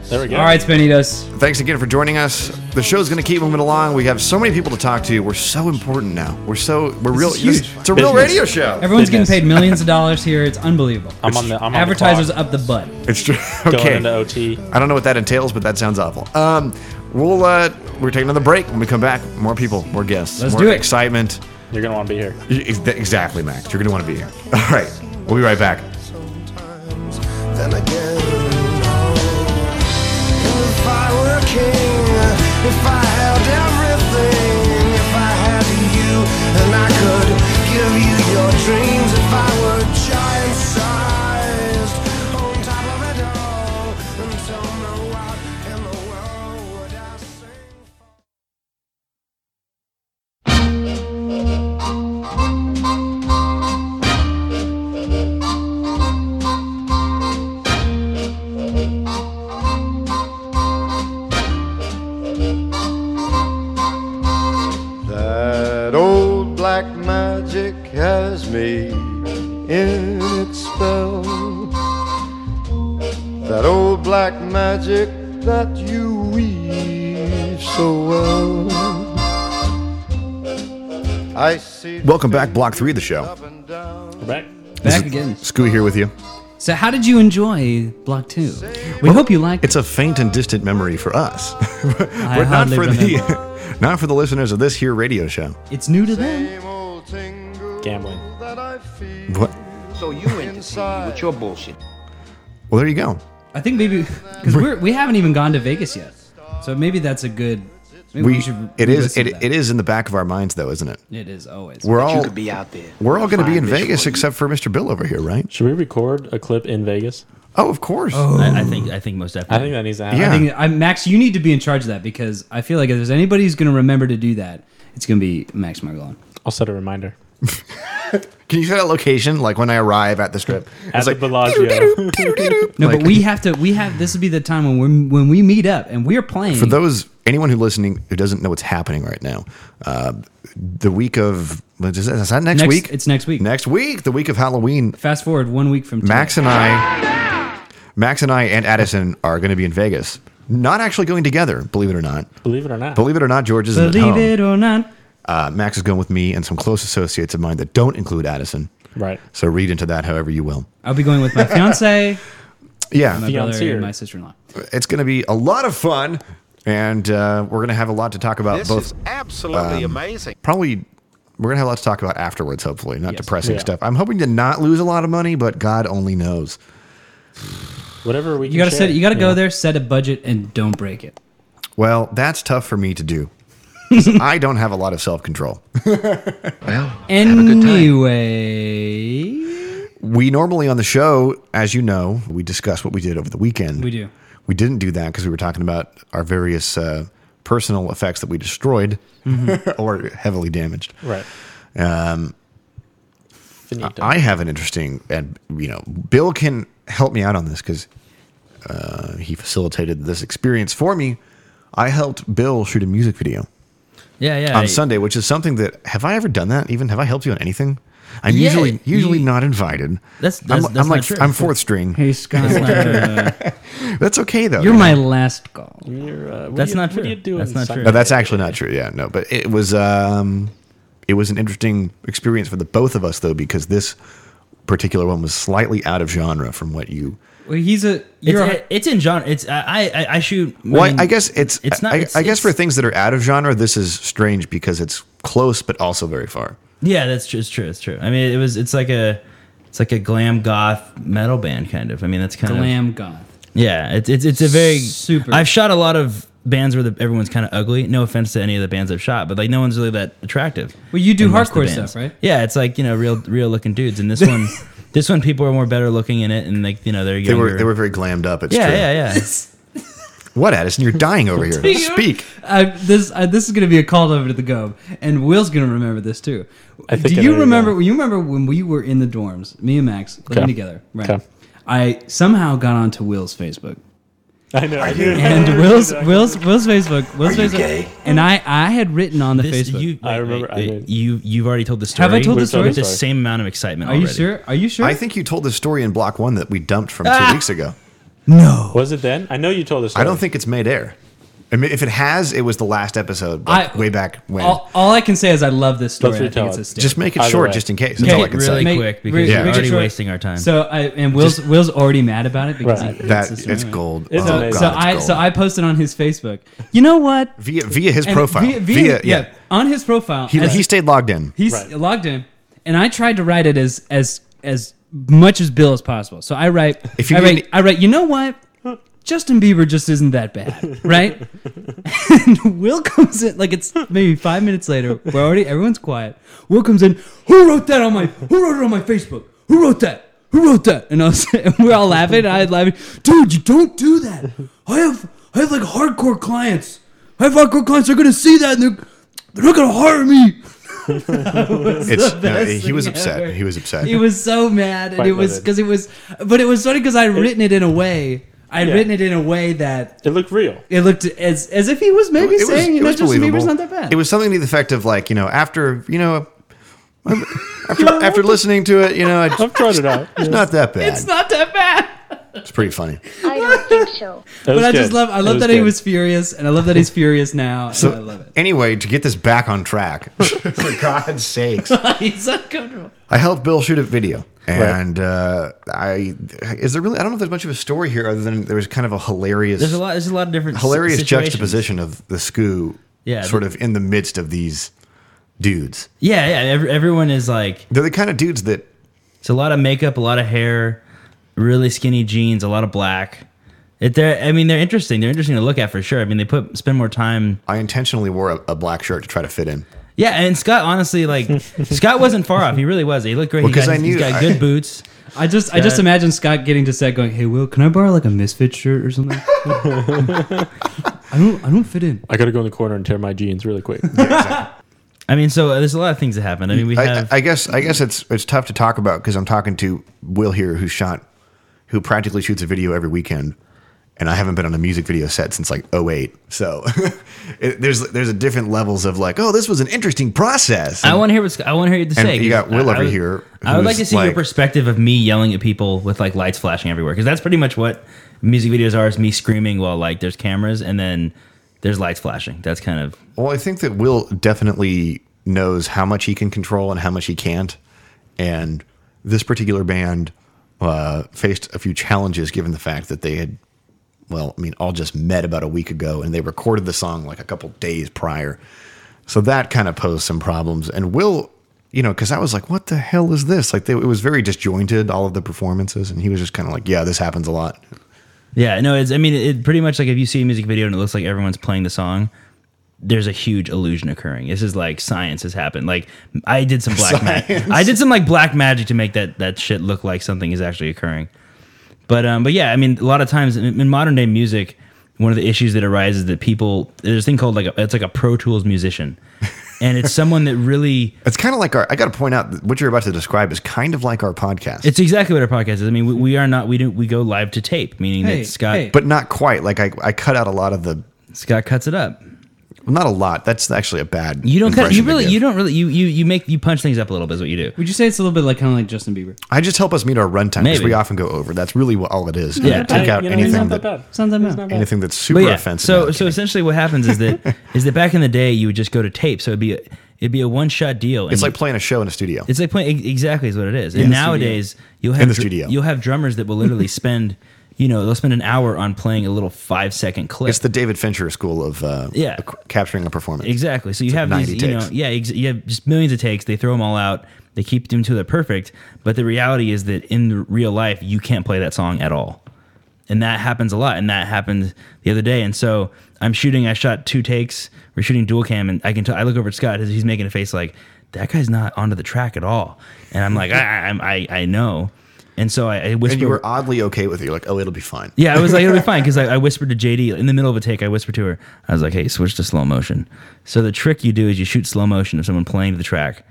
There we go. All right, Spanitos. Thanks again for joining us. The show's going to keep moving along. We have so many people to talk to. We're so important now. We're so we're real. is huge. it's a real Business. radio show. Everyone's Goodness. getting paid millions of dollars here. It's unbelievable. I'm on the I'm on the Advertisers clock. up the butt. It's true. going Okay. into OT. I don't know what that entails, but that sounds awful. Um, we'll uh, we're taking another break. When we come back, more people, more guests, Let's more do it. Excitement. You're gonna want to be here. Y- ex- Exactly, Max. You're going to want to be here. All right. We'll be right back. sometimes then again no. if i were a king if i held everything if i had you and i could give you your dreams if i were giant sized on top of it all and don't know what in the world would i sing That old black magic has me in its spell. That old black magic that you weave so well. I see. Welcome back, Block Three of the show. We're back. Back again. Scoo here with you. So, how did you enjoy Block Two? We hope you liked. It's a faint and distant memory for us, but not hardly for the not for the listeners of this here radio show. it. It's new to them. Same old tingle Gambling. that I feel What? So you went to see me with your bullshit. Well, there you go. I think maybe because we're we haven't even gone to Vegas yet, so maybe that's a good. Maybe we, We, should. it is listen it, to that. it is in the back of our minds though, isn't it? It is always. We're all You could be out there. we're all going to be in Fine, Mitch, Vegas for you. except for Mr. Bill over here, right? Should we record a clip in Vegas? Oh, of course. I, I think I think most I definitely. think that needs to happen. Yeah. I think I, Max, you need to be in charge of that because I feel like if there's anybody who's going to remember to do that, it's going to be Max Margolin. I'll set a reminder. Can you set a location like when I arrive at the strip? At It's the like Bellagio. No, Like- but we have to. We have this would be the time when we when we meet up and we're playing. for those anyone who listening who doesn't know what's happening right now, uh, the week of what is that, is that next, Next- week? it's next week. Next week, the week of Halloween. Fast forward one week from today. Max and I, Max and I and Addison are going to be in Vegas. Not actually going together, believe it or not. Believe it or not. Believe it or not, George is at Believe home. it or not, Uh, Max is going with me and some close associates of mine that don't include Addison. Right. So read into that however you will. I'll be going with my fiance, Yeah, my brother, Fiancé. and my sister-in-law. it's going to be a lot of fun, and uh, we're going to have a lot to talk about. this both is absolutely amazing probably we're going to have a lot to talk about afterwards. Hopefully, not depressing Yeah. stuff. I'm hoping to not lose a lot of money, but God only knows. Whatever we You gotta set. it- You gotta go there, set a budget, and don't break it. Well, that's tough for me to do. I don't have a lot of self control. Anyway, We normally on the show, as you know, we discuss what we did over the weekend. we do. We didn't do that because we were talking about our various uh, personal effects that we destroyed or heavily damaged. Right. Um, Finito. I have an interesting, and you know, Bill can help me out on this because uh, he facilitated this experience for me. I helped Bill shoot a music video yeah, yeah. on I- Sunday, which is something that have I ever done that? Even have I helped you on anything? I'm Yeah, usually usually you- not invited. That's- I'm, that's- I'm that's not like true. I'm fourth string. Hey Scott, uh, That's okay though. you're you know? my last call. You're, uh, what That's are you- not What are true. you doing? That's not Sunday? No, that's actually not true. Yeah, no, but it was um, it was an interesting experience for the both of us though because this particular one was slightly out of genre from what you. Well, he's a. it's, You're a, it's in genre. It's uh, I I, I shoot. Well, I, mean, I guess it's. it's not. I, it's- I guess for it's- things that are out of genre, this is strange because it's close but also very far. Yeah, that's true. It's true. It's true. I mean, it was. It's like a. It's like a glam goth metal band, kind of. I mean, that's kind of. glam goth. Yeah, it's it's it's a very Super. I've shot a lot of bands where the, everyone's kind of ugly. No offense to any of the bands I've shot, but like no one's really that attractive. Well, you do in most of the hardcore bands. stuff, right? Yeah, it's like you know real real looking dudes, and this one this one people are more better looking in it, and like you know they're They younger. were they were very glammed up. It's yeah true. yeah yeah. What, Addison? You're dying over here. Do you- Speak. I, Uh, this I, this is going to be a call over to the go, and Will's going to remember this too. I Do you think I know you're remember? You remember when we were in the dorms, me and Max living Okay. together, right? Okay. I somehow got onto Will's Facebook. I know. I did. and Will's Will's Will's Facebook. Will's Are you Facebook. gay? And I I had written on the This- Facebook. you- I wait, remember- wait, I wait. did. you you've already told the Have I told the story? With the same amount of excitement. Are you already. sure? Are you sure? I think you told the story in block one that we dumped from two Ah! weeks ago. No. Was it then? I know you told us. I don't think it's made air. I mean, if it has, it was the last episode like, I- way back when. All, all I can say is I love this story. Let's and I think retell it's it. hysterical. Just make it Either short, way. just in case. That's Make all I it can say. really Make- quick, because re- we're make it already short. wasting our time. So I and Will's Will's already mad about it because Right. he hates That- this it's memory. gold. So, It's so amazing. God, I it's so I posted on his Facebook. You know what? Via via his And profile. Via, Via, via- yeah, yeah. On his profile, He, as- he stayed logged in. He's logged in, and I tried to write it as as as much as Bill as possible. So I write, If you I give write, me- I write. You know what? Justin Bieber just isn't that bad, right? and Will comes in like it's maybe five minutes later. We're already everyone's quiet. Will comes in. Who wrote that on my? Who wrote it on my Facebook? Who wrote that? Who wrote that? And I was, and we're all laughing. And I was laughing. Dude, you don't do that. I have I have like hardcore clients. I have hardcore clients. They're gonna see that and they're they're not gonna hire me. It's, no, he was upset. He was upset. He was so mad, and Quite it was livid. because it was, but it was funny because I'd written it in a way. I'd Yeah. written it in a way that it looked real. It looked as as if he was maybe It was- saying, you it know, was Justin Bieber's believable. not that bad. It was something to the effect of like, you know, after you know, after after listening to it, you know, I I've tried it out. It's not that bad. It's not that bad. It's pretty funny. I don't think so. But I just love, I love that he was furious, and I love that he's furious now. and I love So anyway, to get this back on track, for God's sakes, it. he's uncomfortable. I helped Bill shoot a video, and uh, I is there really? I don't know if there's much of a story here other than there was kind of a hilarious. There's a lot. There's a lot of different s- hilarious situations. juxtaposition of the Scoo, Yeah, sort the- of in the midst of these dudes. Yeah, yeah. Every, everyone is like they're the kind of dudes that it's a lot of makeup, a lot of hair, really skinny jeans, a lot of black. It, they're, I mean, they're interesting. They're interesting to look at for sure. I mean, they put spend more time. I intentionally wore a, a black shirt to try to fit in. Yeah, and Scott honestly, like Scott wasn't far off. He really was. He looked great. Well, Because 'cause I knew- he's got I- good boots. I just, I just Scott- imagine Scott getting to set, going, "Hey, Will, can I borrow like a misfit shirt or something? I don't, I don't fit in. I gotta go in the corner and tear my jeans really quick. I mean, so uh, there's a lot of things that happen. I mean, we I, have. I guess I guess it's it's tough to talk about because I'm talking to Will here, who shot, who practically shoots a video every weekend, and I haven't been on a music video set since like 08. So it, there's there's a different levels of like, oh, this was an interesting process. I want to hear what Sc- I want to hear you to And say. you got 'cause Will I- I over would- here I would like who's to see your like- perspective of me yelling at people with like lights flashing everywhere because that's pretty much what music videos are: is me screaming while like there's cameras and then there's lights flashing. That's kind of Well, I think that Will definitely knows how much he can control and how much he can't. And this particular band uh, faced a few challenges given the fact that they had, well, I mean, all just met about a week ago and they recorded the song like a couple days prior. So that kind of posed some problems. And Will, you know, because I was like, what the hell is this? Like, they, it was very disjointed, all of the performances. And he was just kind of like, yeah, this happens a lot. yeah. No, it's I mean, it pretty much like if you see a music video and it looks like everyone's playing the song. There's a huge illusion occurring. This is like science has happened. Like I did some black magic. Science. I did some like black magic to make that that shit look like something is actually occurring. But um, but yeah, I mean, a lot of times in, in modern day music, one of the issues that arises that people there's a thing called like a, it's like a Pro Tools musician, and it's someone that really it's kind of like our. I got to point out that what you're about to describe is kind of like our podcast. It's exactly what our podcast is. I mean, we, we are not we do we go live to tape, meaning that Scott but not quite. Like I, I cut out a lot of the. Scott cuts it up. Not a lot. That's actually a bad. you don't cut impression you to really give. you don't really you you you make you punch things up a little bit is what you do. Would you say it's a little bit like kind of like Justin Bieber? I just help us meet our runtime because Maybe. we often go over. That's really what all it is. Yeah. take out anything that, It's not that bad. anything that's super But yeah, offensive. So so essentially, what happens is that is that back in the day, you would just go to tape. So it'd be a, it'd be a one shot deal. and it's like you- playing a show in a studio. It's like playing e- exactly is what it is. In and the studio. nowadays, you'll In have the dr- studio. You'll have drummers that will literally spend, you know, they'll spend an hour on playing a little five second clip. It's the David Fincher school of uh, Yeah. ac- capturing a performance. Exactly. So you have like these, 90 you know, takes. yeah, ex- you have just millions of takes. They throw them all out. They keep them till they're perfect. But the reality is that in the real life, you can't play that song at all, and that happens a lot. And that happened the other day. And so I'm shooting. I shot two takes. We're shooting dual cam, and I can tell. I look over at Scott. He's making a face like that guy's not onto the track at all. And I'm like, I, I, I'm- I, I know. And so I, I whispered. And you were oddly okay with it. You're like, oh, it'll be fine. Yeah, I was like, it'll be fine because I, I whispered to JD in the middle of a take. I whispered to her, I was like, hey, switch to slow motion. So the trick you do is you shoot slow motion of someone playing the track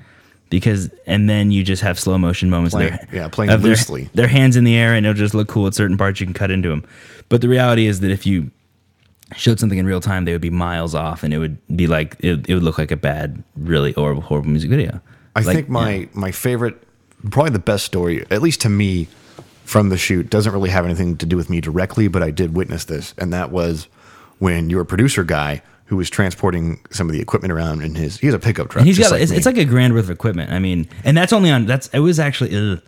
because, and then you just have slow motion moments. of Playing- their, yeah, playing of their- loosely. Their, hands in the air, and it'll just look cool at certain parts. You can cut into them. But the reality is that if you showed something in real time, they would be miles off, and it would be like it, it would look like a bad, really horrible, horrible music video. I Like, think my my favorite, probably the best story, at least to me, from the shoot doesn't really have anything to do with me directly, but I did witness this, and that was when your producer guy who was transporting some of the equipment around in his he has a pickup truck. And he's just got it's, me. it's like a grand worth of equipment. I mean, and that's only on that's it was actually ugh,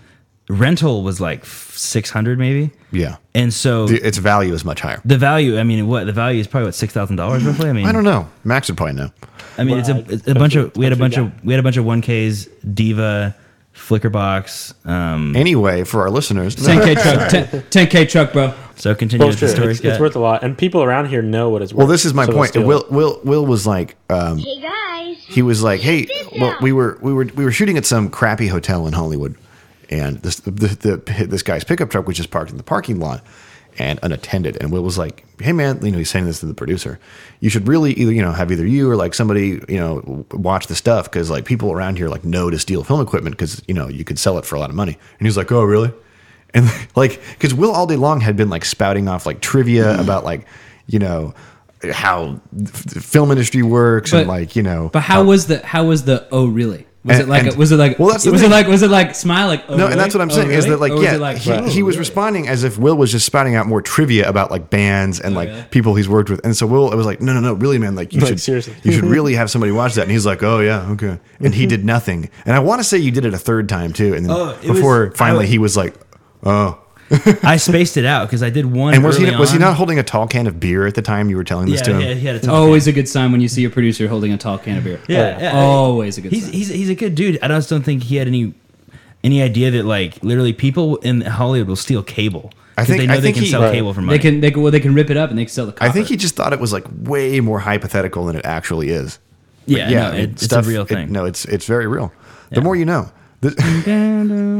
rental was like six hundred maybe, yeah, and so The- its value is much higher. the value. I mean, what the value is probably what six thousand dollars roughly. I mean, I don't know. Max would probably know. I mean, it's a, it's a bunch of we had a bunch of we had a bunch of one Ks, Diva, Flickerbox. Um, anyway, for our listeners, 10K truck, 10, 10K truck, bro. So continue with Bullshit. the story. It's, Scott. it's worth a lot, and people around here know what it's worth. Well, this is my so they'll point. steal Will it. Will Will was like, um, "Hey guys," he was like, "Hey, well, we were we were we were shooting at some crappy hotel in Hollywood, and this the, the this guy's pickup truck was just parked in the parking lot and unattended." And Will was like, "Hey man, you know, he's saying this to the producer. You should really either you know have either you or like somebody you know w- watch the stuff because like people around here like know to steal film equipment because you know you could sell it for a lot of money." And he's like, "Oh really?" and like because will all day long had been like spouting off like trivia about like you know how the f- film industry works But- and like you know But how was the how was the oh really? Was And- it like and- a, was it like Well, that's the was thing. it like was it like smile like oh, no and that's what i'm really? saying Oh, is really? that like Or was yeah it like he, he was responding as if will was just spouting out more trivia about like bands Oh, and like people he's worked with and so will I was like no no no really man like you Like, should seriously. you should really have somebody watch that and he's like oh yeah okay and he did nothing and i want to say you did it a third time too and then Oh, it was- before finally I- he was like oh I spaced it out because I did one. and was he early was he on. not holding a tall can of beer at the time you were telling this Yeah, to Oh, him yeah, he Oh, had a tough always a good sign when you see a producer holding a tall can of beer. Yeah, yeah. always a good he's, sign. he's he's a good dude. I just don't think he had any any idea that like literally people in Hollywood will steal cable. I 'Cause think- they know I they think can he- sell Right. cable for They money. can they can well they can rip it up and they can sell the. Copper. I think he just thought it was like way more hypothetical than it actually is. But Yeah, no, I mean, it- it's a real it- thing. no, it's it's very real. The more you know. The-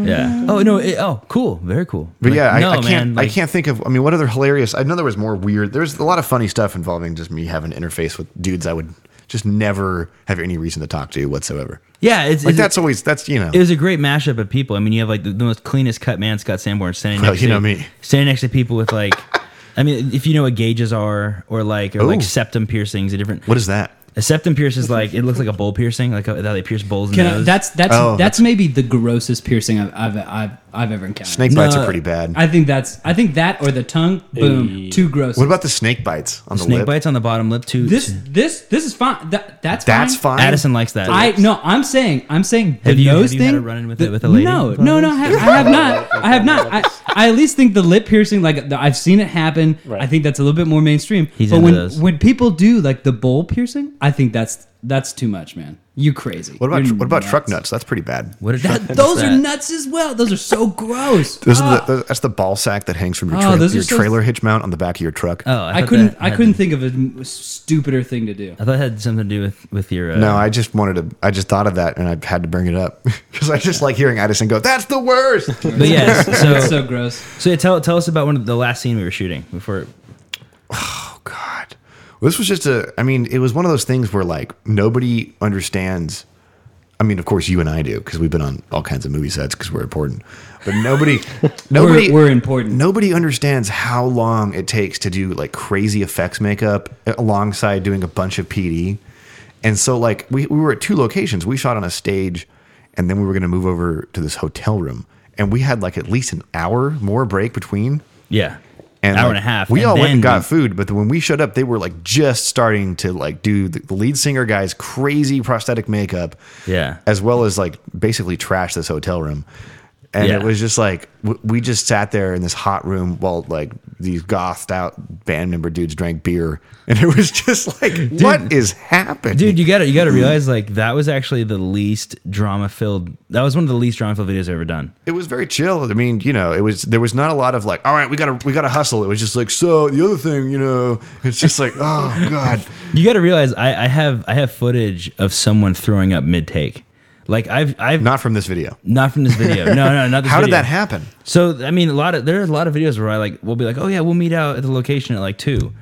yeah. Oh no. It, oh, cool. Very cool. but Like, yeah, I, no, I can't. man, like- I can't think of. I mean, what other hilarious? I know there was more weird. There's a lot of funny stuff involving just me having interface with dudes I would just never have any reason to talk to whatsoever. Yeah, it's, Like it's- that's always that's you know. It was a great mashup of people. I mean, you have like the, the most cleanest cut man, Scott Sanborn, standing Well, next you to know me. standing next to people with like, I mean, if you know what gauges are or like or Ooh. like septum piercings, a different. What is that? A septum pierce is like it looks like a bull piercing, like how they pierce bulls. in Can the I, nose. that's that's Oh, that's maybe the grossest piercing I've I've I've, I've ever encountered. Snake bites No. are pretty bad. I think that's I think that or the tongue. Boom, too gross. what about the snake bites on the snake lip? bites on the bottom lip too. this? This this is fine. That that's That's fine. fine. Addison likes that. I no, I'm saying I'm saying the Have you- have nose you had thing. a run-in with the- it- with a lady? No, no, no. I have, I have not. I have not. I, I at least think the lip piercing, like the, I've seen it happen. I think that's a little bit more mainstream. He's but into when those. when people do like the bowl piercing, I think that's that's too much, man. You crazy. What about tr- You're what about truck nuts. nuts? That's pretty bad. what is That- that? those What's are that? nuts as well. Those are so gross. Those are Ah. the, those, that's the ball sack that hangs from your, Oh, trail- those are your so- trailer hitch mount on the back of your truck. Oh, I, I thought couldn't. that I had- couldn't think of a m- stupider thing to do. I thought it had something to do with with your. Uh, No, I just wanted to. I just thought of that, and I had to bring it up because I just like hearing Addison go, "That's the worst." But yes, so That's so, so gross. yeah, tell tell us about one of the last scene we were shooting before. God, well, this was just a. I mean, it was one of those things where like nobody understands. I mean, of course, you and I do because we've been on all kinds of movie sets because we're important. But nobody, nobody, we're, we're important. nobody understands how long it takes to do like crazy effects makeup alongside doing a bunch of PD. And so like we, we were at two locations. We shot on a stage and then we were gonna move over to this hotel room. And we had like at least an hour more break between. Yeah, And hour like, and a half. We all went and then got food, but when we showed up, they were like just starting to like do the, the lead singer guy's crazy prosthetic makeup Yeah, as well as like basically trash this hotel room. And Yeah. it was just like w- we just sat there in this hot room while like these gothed out band member dudes drank beer, and it was just like, what is happening, dude you gotta you gotta realize like that was actually the least drama filled that was one of the least drama filled videos i've ever done It was very chill. I mean, you know, it was there was not a lot of like, all right, we gotta we gotta hustle. It was just like, so the other thing, you know, it's just like, oh god, you gotta realize i, I have i have footage of someone throwing up mid-take Like I've I've not from this video. Not from this video. No, no, not this How did video. that happen? So I mean, a lot of there's a lot of videos where I like we'll be like, oh yeah, we'll meet out at the location at like two,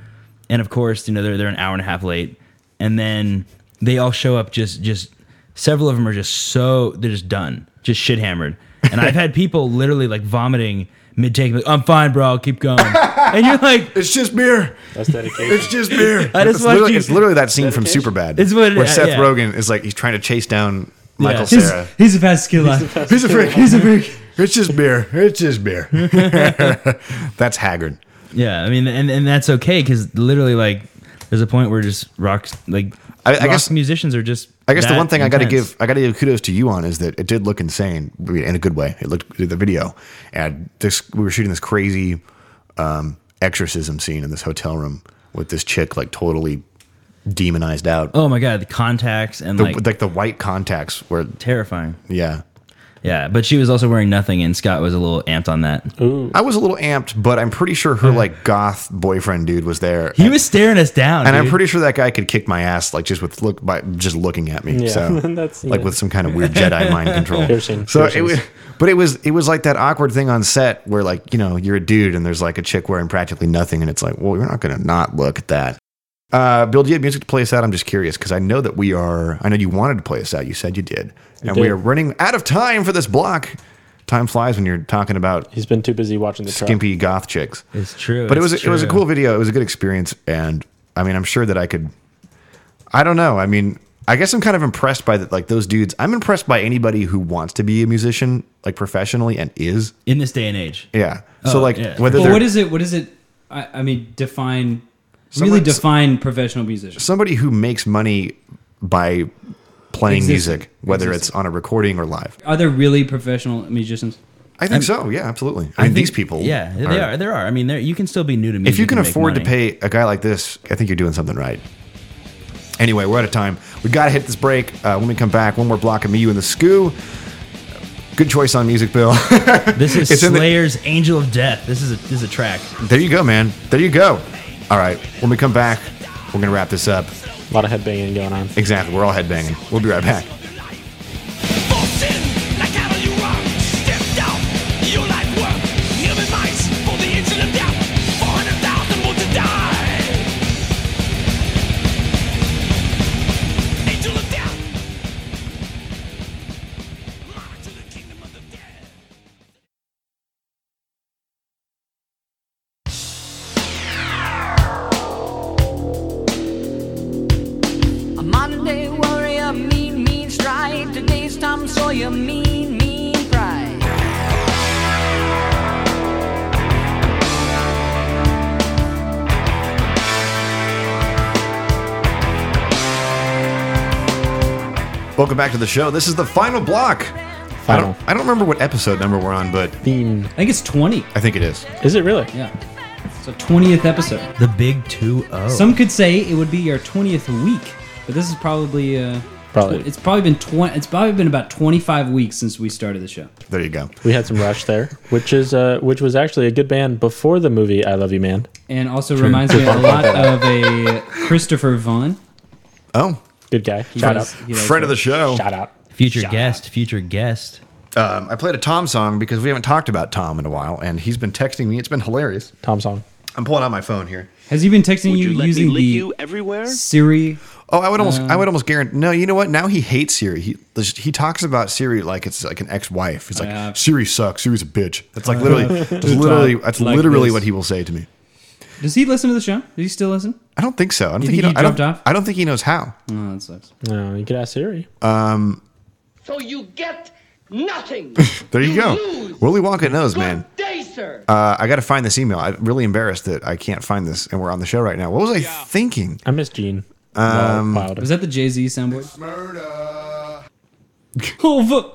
and of course you know they're they're an hour and a half late, and then they all show up just just several of them are just so they're just done, just shit hammered, and I've had people literally like vomiting mid take, like I'm fine, bro, I'll keep going, and you're like, it's just beer. That's dedication. It's just beer. I it's, just want literally, you- it's literally that scene Dedication. from Superbad. It's what it- where Seth yeah. Rogen is like he's trying to chase down Michael he's, Sarah. he's a fast killer. He's a freak. He's a freak. It's just beer. It's just beer. That's Haggard. yeah, I mean, and and that's okay because literally like there's a point where just rocks like I- I rock guess- musicians are just I guess the that one thing I got to intense. give I got to give kudos to you on is that it did look insane I mean, in a good way. It looked the video, and this we were shooting this crazy um, exorcism scene in this hotel room with this chick like totally demonized out. Oh my god, the contacts and The, like like, the white contacts were terrifying. yeah. Yeah, but she was also wearing nothing, and Scott was a little amped on that. I was a little amped, but I'm pretty sure her like goth boyfriend dude was there, He was staring us down, and I'm dude. pretty sure that guy could kick my ass like just with look by just looking at me. Yeah, So that's- like yeah. with some kind of weird Jedi mind control. Piercing, so it piercings. was, but it was it was like that awkward thing on set where like you know you're a dude and there's like a chick wearing practically nothing, and it's like well you're not gonna not look at that. Uh, Bill, do you have music to play us out? I'm just curious because I know that we are. I know you wanted to play us out. You said you did, and we did. are running out of time for this block. Time flies when you're talking about He's been too busy watching the truck. skimpy goth chicks. It's true. But it was it's it was a true. cool video. It was a good experience, and I mean, I'm sure that I could. I don't know. I mean, I guess I'm kind of impressed by that. Like those dudes, I'm impressed by anybody who wants to be a musician, like professionally, and is. in this day and age. Yeah. so Oh, like yeah. whether But they're what is it? What is it? I, I mean, define. Somewhere- really define professional musician. somebody who makes money by playing Existing. music, whether it's on a recording or live. Are there really professional musicians? I think so. Yeah, absolutely. I mean, think- these people. Yeah, they are. There are. I mean, there you can still be new to music. If you can and make afford to money. pay a guy like this, I think you're doing something right. Anyway, we're out of time. We got to hit this break. Uh, when we come back, one more block of me, you, and the Scoo. Good choice on music, Bill. this is it's in the- Slayer's "Angel of Death." This is a this is a track. there you go, man. There you go. All right. When we come back, we're going to wrap this up. A lot of headbanging going on. Exactly. We're all headbanging. We'll be right back. A modern day warrior, mean, mean stride. Today's Tom Sawyer, mean, mean pride. Welcome back to the show. This is the final block. I Final. don't, I don't remember what episode number we're on, but Theme. I think it's twenty. I think it is. Is it really? Yeah, it's a twentieth episode. The Big Two O. Oh. Some could say it would be our twentieth week, but this is probably uh, Probably. it's probably been twenty. It's probably been about twenty five weeks since we started the show. There you go. We had some Rush there, which is uh, which was actually a good band before the movie I Love You Man. and also reminds me a lot of a Christopher Vaughn. Oh, Good guy. He Shout does- out. he does friend of that. the show. Shout out. future guest, future guest. Um, I played a Tom song because we haven't talked about Tom in a while, and he's been texting me. It's been hilarious. Tom song. I'm pulling out my phone here. Has he been texting you, using the everywhere? Siri? Oh, I would almost, Uh. I would almost guarantee. No, you know what? Now he hates Siri. He he talks about Siri like it's like an ex-wife. He's like, Yeah. Uh, Siri sucks. Siri's a bitch. That's like literally, that's literally, that's Like literally this. what he will say to me. Does he listen to the show? Does he still listen? I don't think so. I don't You think, think he, he know, I don't, dropped off? I don't think he knows how. Oh, that sucks. No, Uh, you could ask Siri. Uh, So you get nothing. There you, go. lose. Willy Wonka knows, man. Good day, sir. Uh, I got to find this email. I'm really embarrassed that I can't find this, and we're on the show right now. What was I thinking? I miss Gene. Um, Was that the Jay Z soundboard? Oh, fu-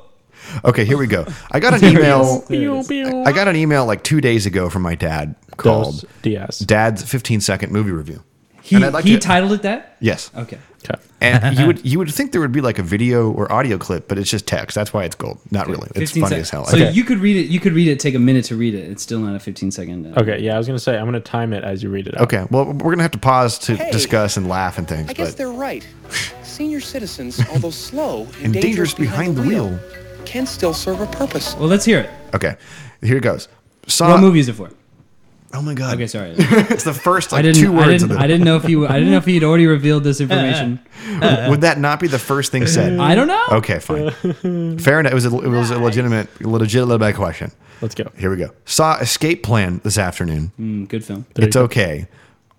Okay, here we go. I got an email. There it is. I got an email like two days ago from my dad called Diaz. "Dad's 15 Second Movie Review." He, And I'd like he to- titled it that. Yes, Okay. Okay. and you would you would think there would be like a video or audio clip, but it's just text. That's why it's gold. Not really. It's 15 funny sec- as hell. So Okay. you could read it. You could read it. Take a minute to read it. It's still not a fifteen second. Uh, Okay, yeah, I was gonna say I'm gonna time it as you read it out. okay, well, we're gonna have to pause to discuss and laugh and things. I guess but they're right. senior citizens, although slow and, And dangerous behind the wheel. can still serve a purpose. Well, let's hear it. Okay, here it goes. Uh, What movie is it for? Oh my god. Okay, sorry. it's the first like I didn't, two words I didn't, of the I didn't know if you. I didn't know if you'd already revealed this information. Would that not be the first thing said? I don't know. Okay, fine. Fair enough. It was a, it was a legitimate legitimate question. Let's go. Here we go. Saw Escape Plan this afternoon. Mm, good film. it's okay.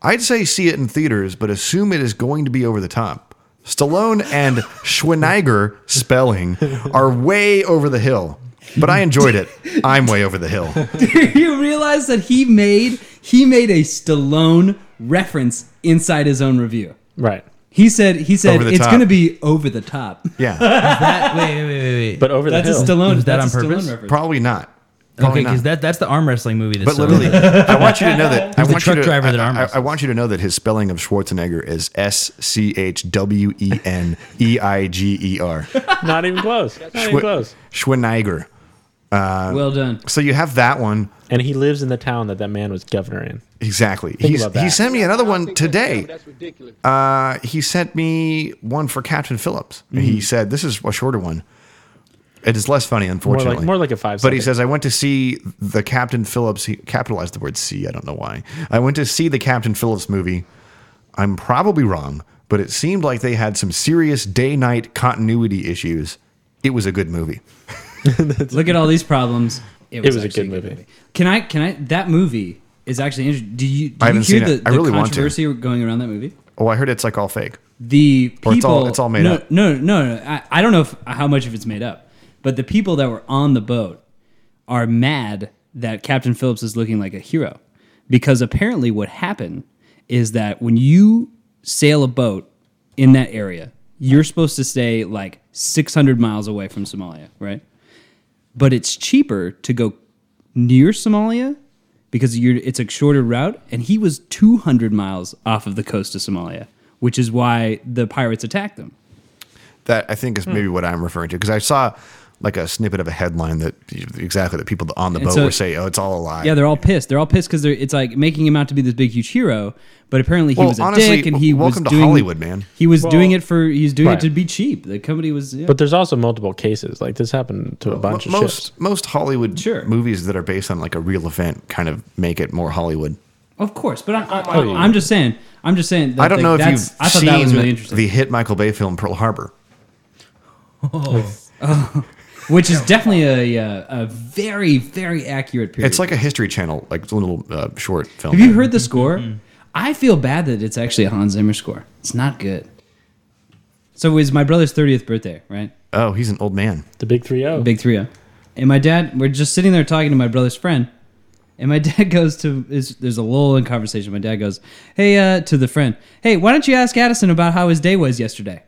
I'd say see it in theaters, but assume it is going to be over the top. Stallone and Schweineiger spelling are way over the hill, but I enjoyed it. I'm way over the hill. Do you realize that he made he made a Stallone reference inside his own review? Right. He said he said Over the it's top. going to be over the top. Yeah. that, Ah. wait, wait, wait, wait. But over That's a Stallone. that's a Stallone reference. Probably not. Okay, Probably because not. that, that's the arm wrestling movie. That's But literally, I want you to know that I He's the want truck you to, driver that I- arm I- I want you to know that his spelling of Schwarzenegger is S C H W E N E I G E R. Not even close. Not even Schwi- close. Schweineiger. Uh, well done. So you have that one. And he lives in the town that that man was governor in. Exactly. Think He's, about that. he sent me another one today. Uh, he sent me one for Captain Phillips. And He Mhm. said, This is a shorter one. It is less funny, unfortunately. more like a five But he second. says, I went to see the Captain Phillips. He capitalized the word C. I don't know why. I went to see the Captain Phillips movie. I'm probably wrong, but it seemed like they had some serious day night continuity issues. It was a good movie. Look at all these problems. It was a actually good movie. Can I? Can I? That movie is actually interesting. Do you? Do I haven't you hear seen it. the, I the really want to. controversy going around that movie? Oh, I heard it's like all fake. The people. Or it's all- it's all made no, up. No, no, no. I, I don't know if, how much of it's made up, but the people that were on the boat are mad that Captain Phillips is looking like a hero because apparently what happened is that when you sail a boat in that area, you're supposed to stay like 600 miles away from Somalia, right? But it's cheaper to go near Somalia because you're, it's a shorter route. And he was 200 miles off of the coast of Somalia, which is why the pirates attacked them. That I think is Hmm. maybe what I'm referring to because I saw like a snippet of a headline that exactly that people on the And boat so- were saying, "Oh, it's all a lie." Yeah, they're all pissed. They're all pissed because it's like making him out to be this big, huge hero. But apparently he Well, was a honestly, dick, and he welcome was to doing Hollywood, man. He was Well, doing it for he was doing right. it to be cheap. The company was. Yeah. But there's also multiple cases. Like this happened to a bunch of most ships. most Hollywood movies that are based on like a real event kind of make it more Hollywood. of course, but I, I, Oh, yeah. I, am just saying. I'm just saying. That, I don't like, know if that's- you've I thought seen that was really interesting. the hit Michael Bay film Pearl Harbor. Oh. Which is definitely a uh, a very very accurate period. It's like a History Channel like it's a little uh, short film. Have you heard the score? I feel bad that it's actually a Hans Zimmer score. It's not good. So it was my brother's 30th birthday, right? Oh, he's an old man. The big oh. 3 0. Big 3 0. And my dad, we're just sitting there talking to my brother's friend. And my dad goes to, is, there's a lull in conversation. My dad goes, Hey, uh, to the friend, Hey, why don't you ask Addison about how his day was yesterday?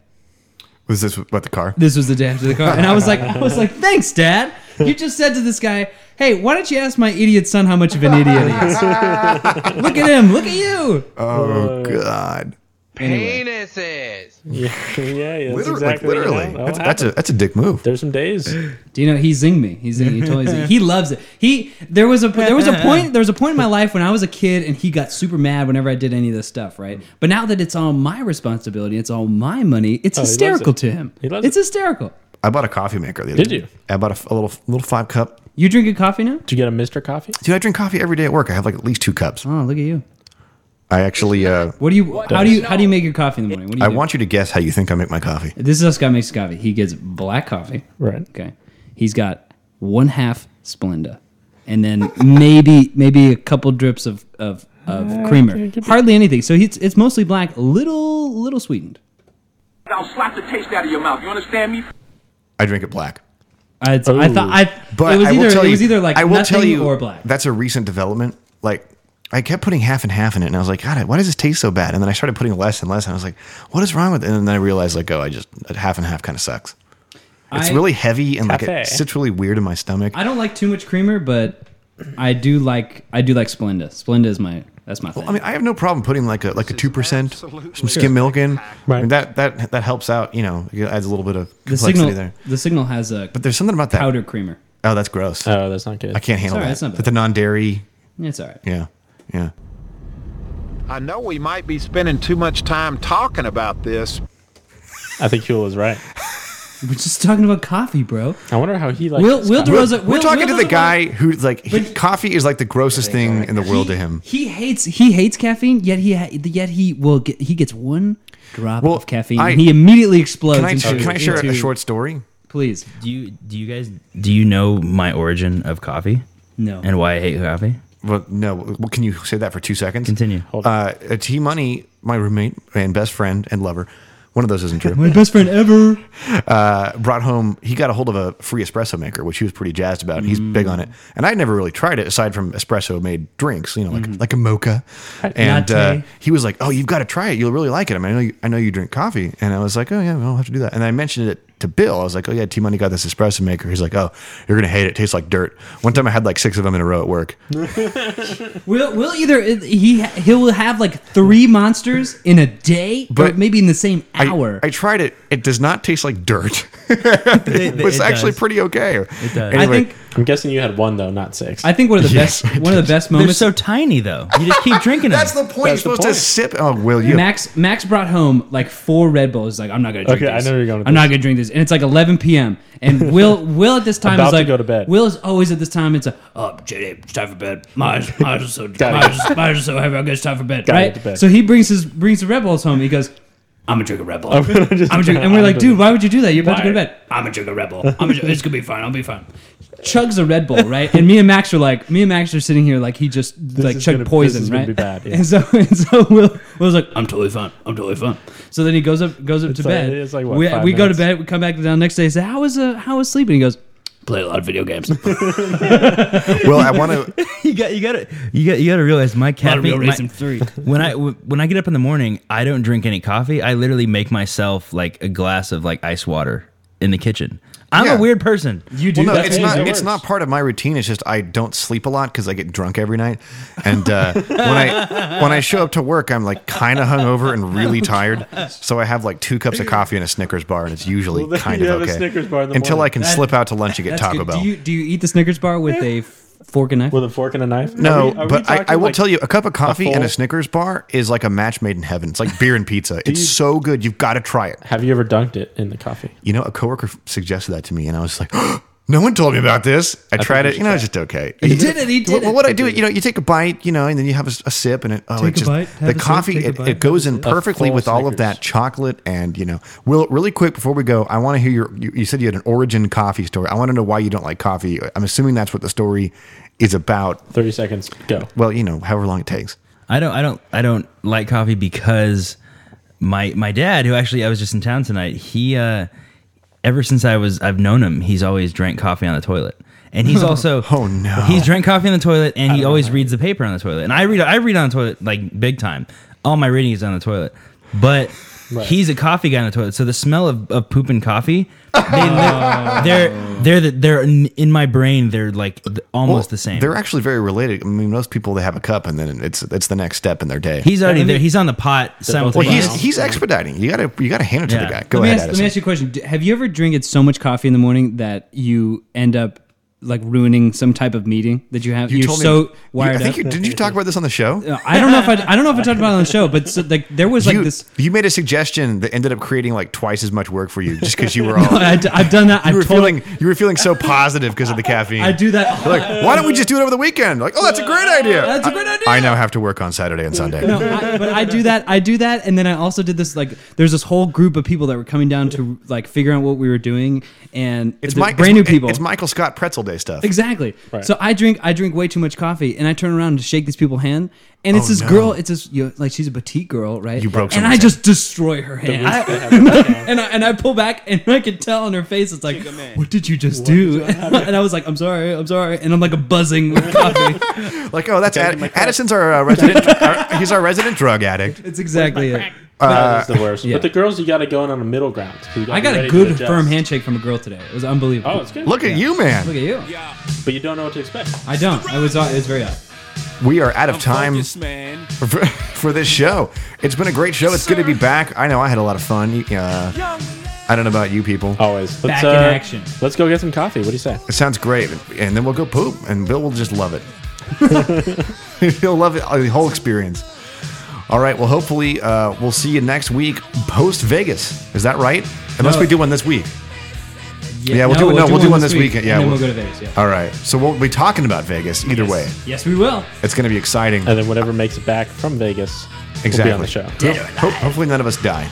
Was this about the car? This was the day after the car. And I was like, I was like, Thanks, Dad. You just said to this guy, Hey, why don't you ask my idiot son how much of an idiot he is? look at him. Look at you. Oh god. Yeah, yeah, yeah. That's Literally, exactly like, literally. That's, that's a that's a dick move. There's some days. Do you know he zinged me? He zinged, he totally zinged. He loves it. He there was a there was a point there was a point in my life when I was a kid and he got super mad whenever I did any of this stuff, right? But now that it's all my responsibility, it's all my money, it's Oh, he loves hysterical it. to him. He loves it's it. hysterical. I bought a coffee maker the other Did day. you? I bought a f- a, little little five cup. You drinking coffee now? Did you get a Mr. Coffee? Dude, I drink coffee every day at work. I have like at least two cups. Oh, look at you. I actually uh What do you how do you how do you make your coffee in the morning? What do you I do? want you to guess how you think I make my coffee. This is how Scott makes coffee. He gets black coffee. Right. Okay. He's got one half Splenda, and then maybe maybe a couple drips of of, of creamer. Hardly anything. So it's it's mostly black, little little sweetened. I'll slap the taste out of your mouth. You understand me? I drink it black. I, I thought I. But it was I will either tell it you, was either like I will nothing tell you, or black. That's a recent development. Like I kept putting half and half in it, and I was like, God, why does this taste so bad? And then I started putting less and less, and I was like, What is wrong with it? And then I realized, like, oh, I just half and half kind of sucks. It's I- really heavy and like Cafe. it sits really weird in my stomach. I don't like too much creamer, but I do like I do like Splenda. Splenda is my that's my thing. I mean, I have no problem putting like a like a two percent, some skim milk in. Right. that that that helps out. You know, it adds a little bit of the complexity signal there. the signal has a But there's something about that powder creamer. Oh, that's gross. Oh, that's not good. I can't handle It's all right, it's that. not But the non-dairy. It's all right. Yeah, yeah. I know we might be spending too much time talking about this, I think Huel is right. We're just talking about coffee, bro. I wonder how he likes. Will- Will We're, DeRosa- we're Will- talking Will to the DeRosa- guy who's like, he- coffee is like the grossest thing in the world to him. He hates he hates caffeine. Yet he ha- yet he will get he gets one drop of caffeine. I- and he immediately explodes. Can I, into- can I share into- a short story? Please. Do you do you guys Do you know my origin of coffee? No. And why I hate coffee? Well, no. Well, can you say that for two seconds? Continue. Uh, T Money, my roommate and best friend and lover, one of those isn't true. My best friend ever. uh, brought home. He got a hold of a free espresso maker, which he was pretty jazzed about. and He's big on it, and I'd never really tried it aside from espresso made drinks, you know, like like a mocha. And uh, Latte. he was like, "Oh, you've got to try it. You'll really like it." I mean, I know you, I know you drink coffee, and I was like, "Oh yeah, well, I'll have to do that." And I mentioned it to Bill. I was like, "Oh yeah, T Money got this espresso maker." He's like, "Oh, you're gonna hate it. it. Tastes like dirt." One time, I had like six of them in a row at work. Will will either he he will have like three monsters in a day, but But- maybe in the same I- hour. I, tried it. It does not taste like dirt. It- it was it actually does. pretty okay. does. Anyway, I think I'm guessing you had one though, not six. I think one of the best one of the best They're moments. so tiny though. You just keep drinking them. That's the point. That's You're the supposed to sip. Oh, will you? Max Max brought home like four Red Bulls. He's Like I'm not gonna drink Okay, I this. know where you're going with I'm not this. gonna drink this. And it's like 11 p.m. And Will Will at this time About is to like go to bed. Will is always at this time. It's a oh JD, it's time for bed. My eyes, my eyes are so Gotta my go. eyes, are- my eyes are so heavy. I guess it's time for bed. Gotta right. get to bed. So he brings his brings the Red Bulls home. He goes. I'm gonna drink a Red Bull. I'm I'm gonna gonna just- drink, and we're like, I'm dude, gonna- why would you do that? You're about to go to Why? bed. I'm gonna drink a Red Bull. I'm gonna, it's gonna be fine. I'll be fine. Chugs a Red Bull, right? And me and Max are like, me and Max are sitting here like he just like is chugged gonna- this poison, is right? gonna be bad, yeah. And so and so Will Will's like, I'm totally fine. I'm totally fine. So then he goes up goes up to like- bed. it's like, what, we five we go to minutes? bed. We come back down the next day. He said, how was uh how was sleeping? He goes, play a lot of video games. Well, I want to. you got you got to you got you got to realize my Modern Wheel caffeine. My, Racing 3. when I when I get up in the morning, I don't drink any coffee. I literally make myself like a glass of like ice water in the kitchen. I'm Yeah. a weird person. You Well, no, it's not. It's not part of my routine. It's just I don't sleep a lot because I get drunk every night, and uh, when I when I show up to work, I'm like kind of hungover and really tired. So I have like two cups of coffee and a Snickers bar, and it's usually Well, then kind you of have a okay Snickers bar in the until I morning. can That- slip out to lunch and get Taco Bell. Do you do you eat the Snickers bar with a f- fork and knife? With a fork and a knife? no, Are we- are we but I, I talking will like tell you, a cup of coffee and a full- Snickers bar is like a match made in heaven. It's like beer and pizza. it's you- so good. You've got to try it. Have you ever dunked it in the coffee? You know, a coworker f- suggested that to me, and I was like, "No one told me about this." I, tried it. You know, it's just okay. He did it, he did Well, it. what I do, you know, you take a bite, you know, and then you have a, s- a sip, and it, oh, Take it a just bite, have the a sip, coffee, take a it, bite, it goes have a in sip. perfectly full with all of that chocolate, and you know, will really quick before we go, I want to hear your. You, you said you had an origin coffee story. I want to know why you don't like coffee. I'm assuming that's what the story is about. Thirty seconds. Go. Well, you know, however long it takes. I don't I don't I don't like coffee because my my dad, who actually I was just in town tonight, he uh ever since I was I've known him, he's always drank coffee on the toilet. And he's also Oh, no. He's drank coffee on the toilet and he always reads the paper on the toilet. And I read I read on the toilet like big time. All my reading is on the toilet. But he's a coffee guy on the toilet. So the smell of, of poop and coffee, they, li- they're they're the, they're in, in my brain, they're like th- almost Well, the same. They're actually very related. I mean, most people they have a cup, and then it's it's the next step in their day. He's already there. He's on the pot Well, simultaneously. he's he's expediting. You gotta you gotta hand it to Yeah. the guy. Go let, me ahead, ask, let Addison. me ask you a question. Do- Have you ever drank so much coffee in the morning that you end up like ruining some type of meeting that you have? You are told me- so you- wired I think you, up. didn't you talk about this on the show? Uh, I don't know if I, I don't know if I talked about it on the show, but so, like there was like you, this. you made a suggestion that ended up creating like twice as much work for you just because you were all I, have done that. you I've were totally- feeling you were feeling so positive because of the caffeine. I do that. You're like, why don't we just do it over the weekend? Like, oh, that's a great idea. That's a great I- idea. I, now have to work on Saturday and Sunday. No, I, but I do that. I do that, and then I also did this. Like, there's this whole group of people that were coming down to like figure out what we were doing, and it's they're Mike, brand new it's- people. It's Michael Scott Pretzel Day stuff. Exactly. Right. So I drink I drink way too much coffee, and I turn around to shake these people's hand, and it's Oh, this no. girl. It's this you know, like she's a petite girl, right? You broke and I someone's just destroy her hand, least I- and I and I pull back, and I can tell on her face, it's like, what did you just do? and I was like, I'm sorry, I'm sorry, and I'm like a buzzing with coffee. Like, oh, that's Ad- Addison's our uh, resident. our, he's our resident drug addict. It's exactly it. Uh, that is the worst. yeah. But the girls, you got to go in on a middle ground. You gotta I be got a ready to good adjust. firm handshake from a girl today. It was unbelievable. Oh, it's good. Look at you, man. Look at you. But you don't know what to expect. I don't. I was. uh, It was very odd. We are out of time man. for, for this show. It's been a great show. It's good to be back. I know I had a lot of fun. Uh, I don't know about you people. Always. Back in action. Let's go get some coffee. What do you say? It sounds great, and then we'll go poop, and Bill will just love it. He'll love it, the whole experience. All right. Well, hopefully, uh, we'll uh, see you next week. post Vegas. Is that right? Unless No. we do one this week. Yeah, Yeah, we'll no, do, no, we'll do one this week, weekend. Yeah, and then we'll go to Vegas, yeah. All right. So we'll be talking about Vegas either way. Yes, we will. It's going to be exciting. And then whatever makes it back from Vegas exactly. will be on the show. Ho- ho- hopefully, none of us die.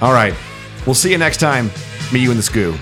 All right. We'll see you next time. Me, you, and the Scoo.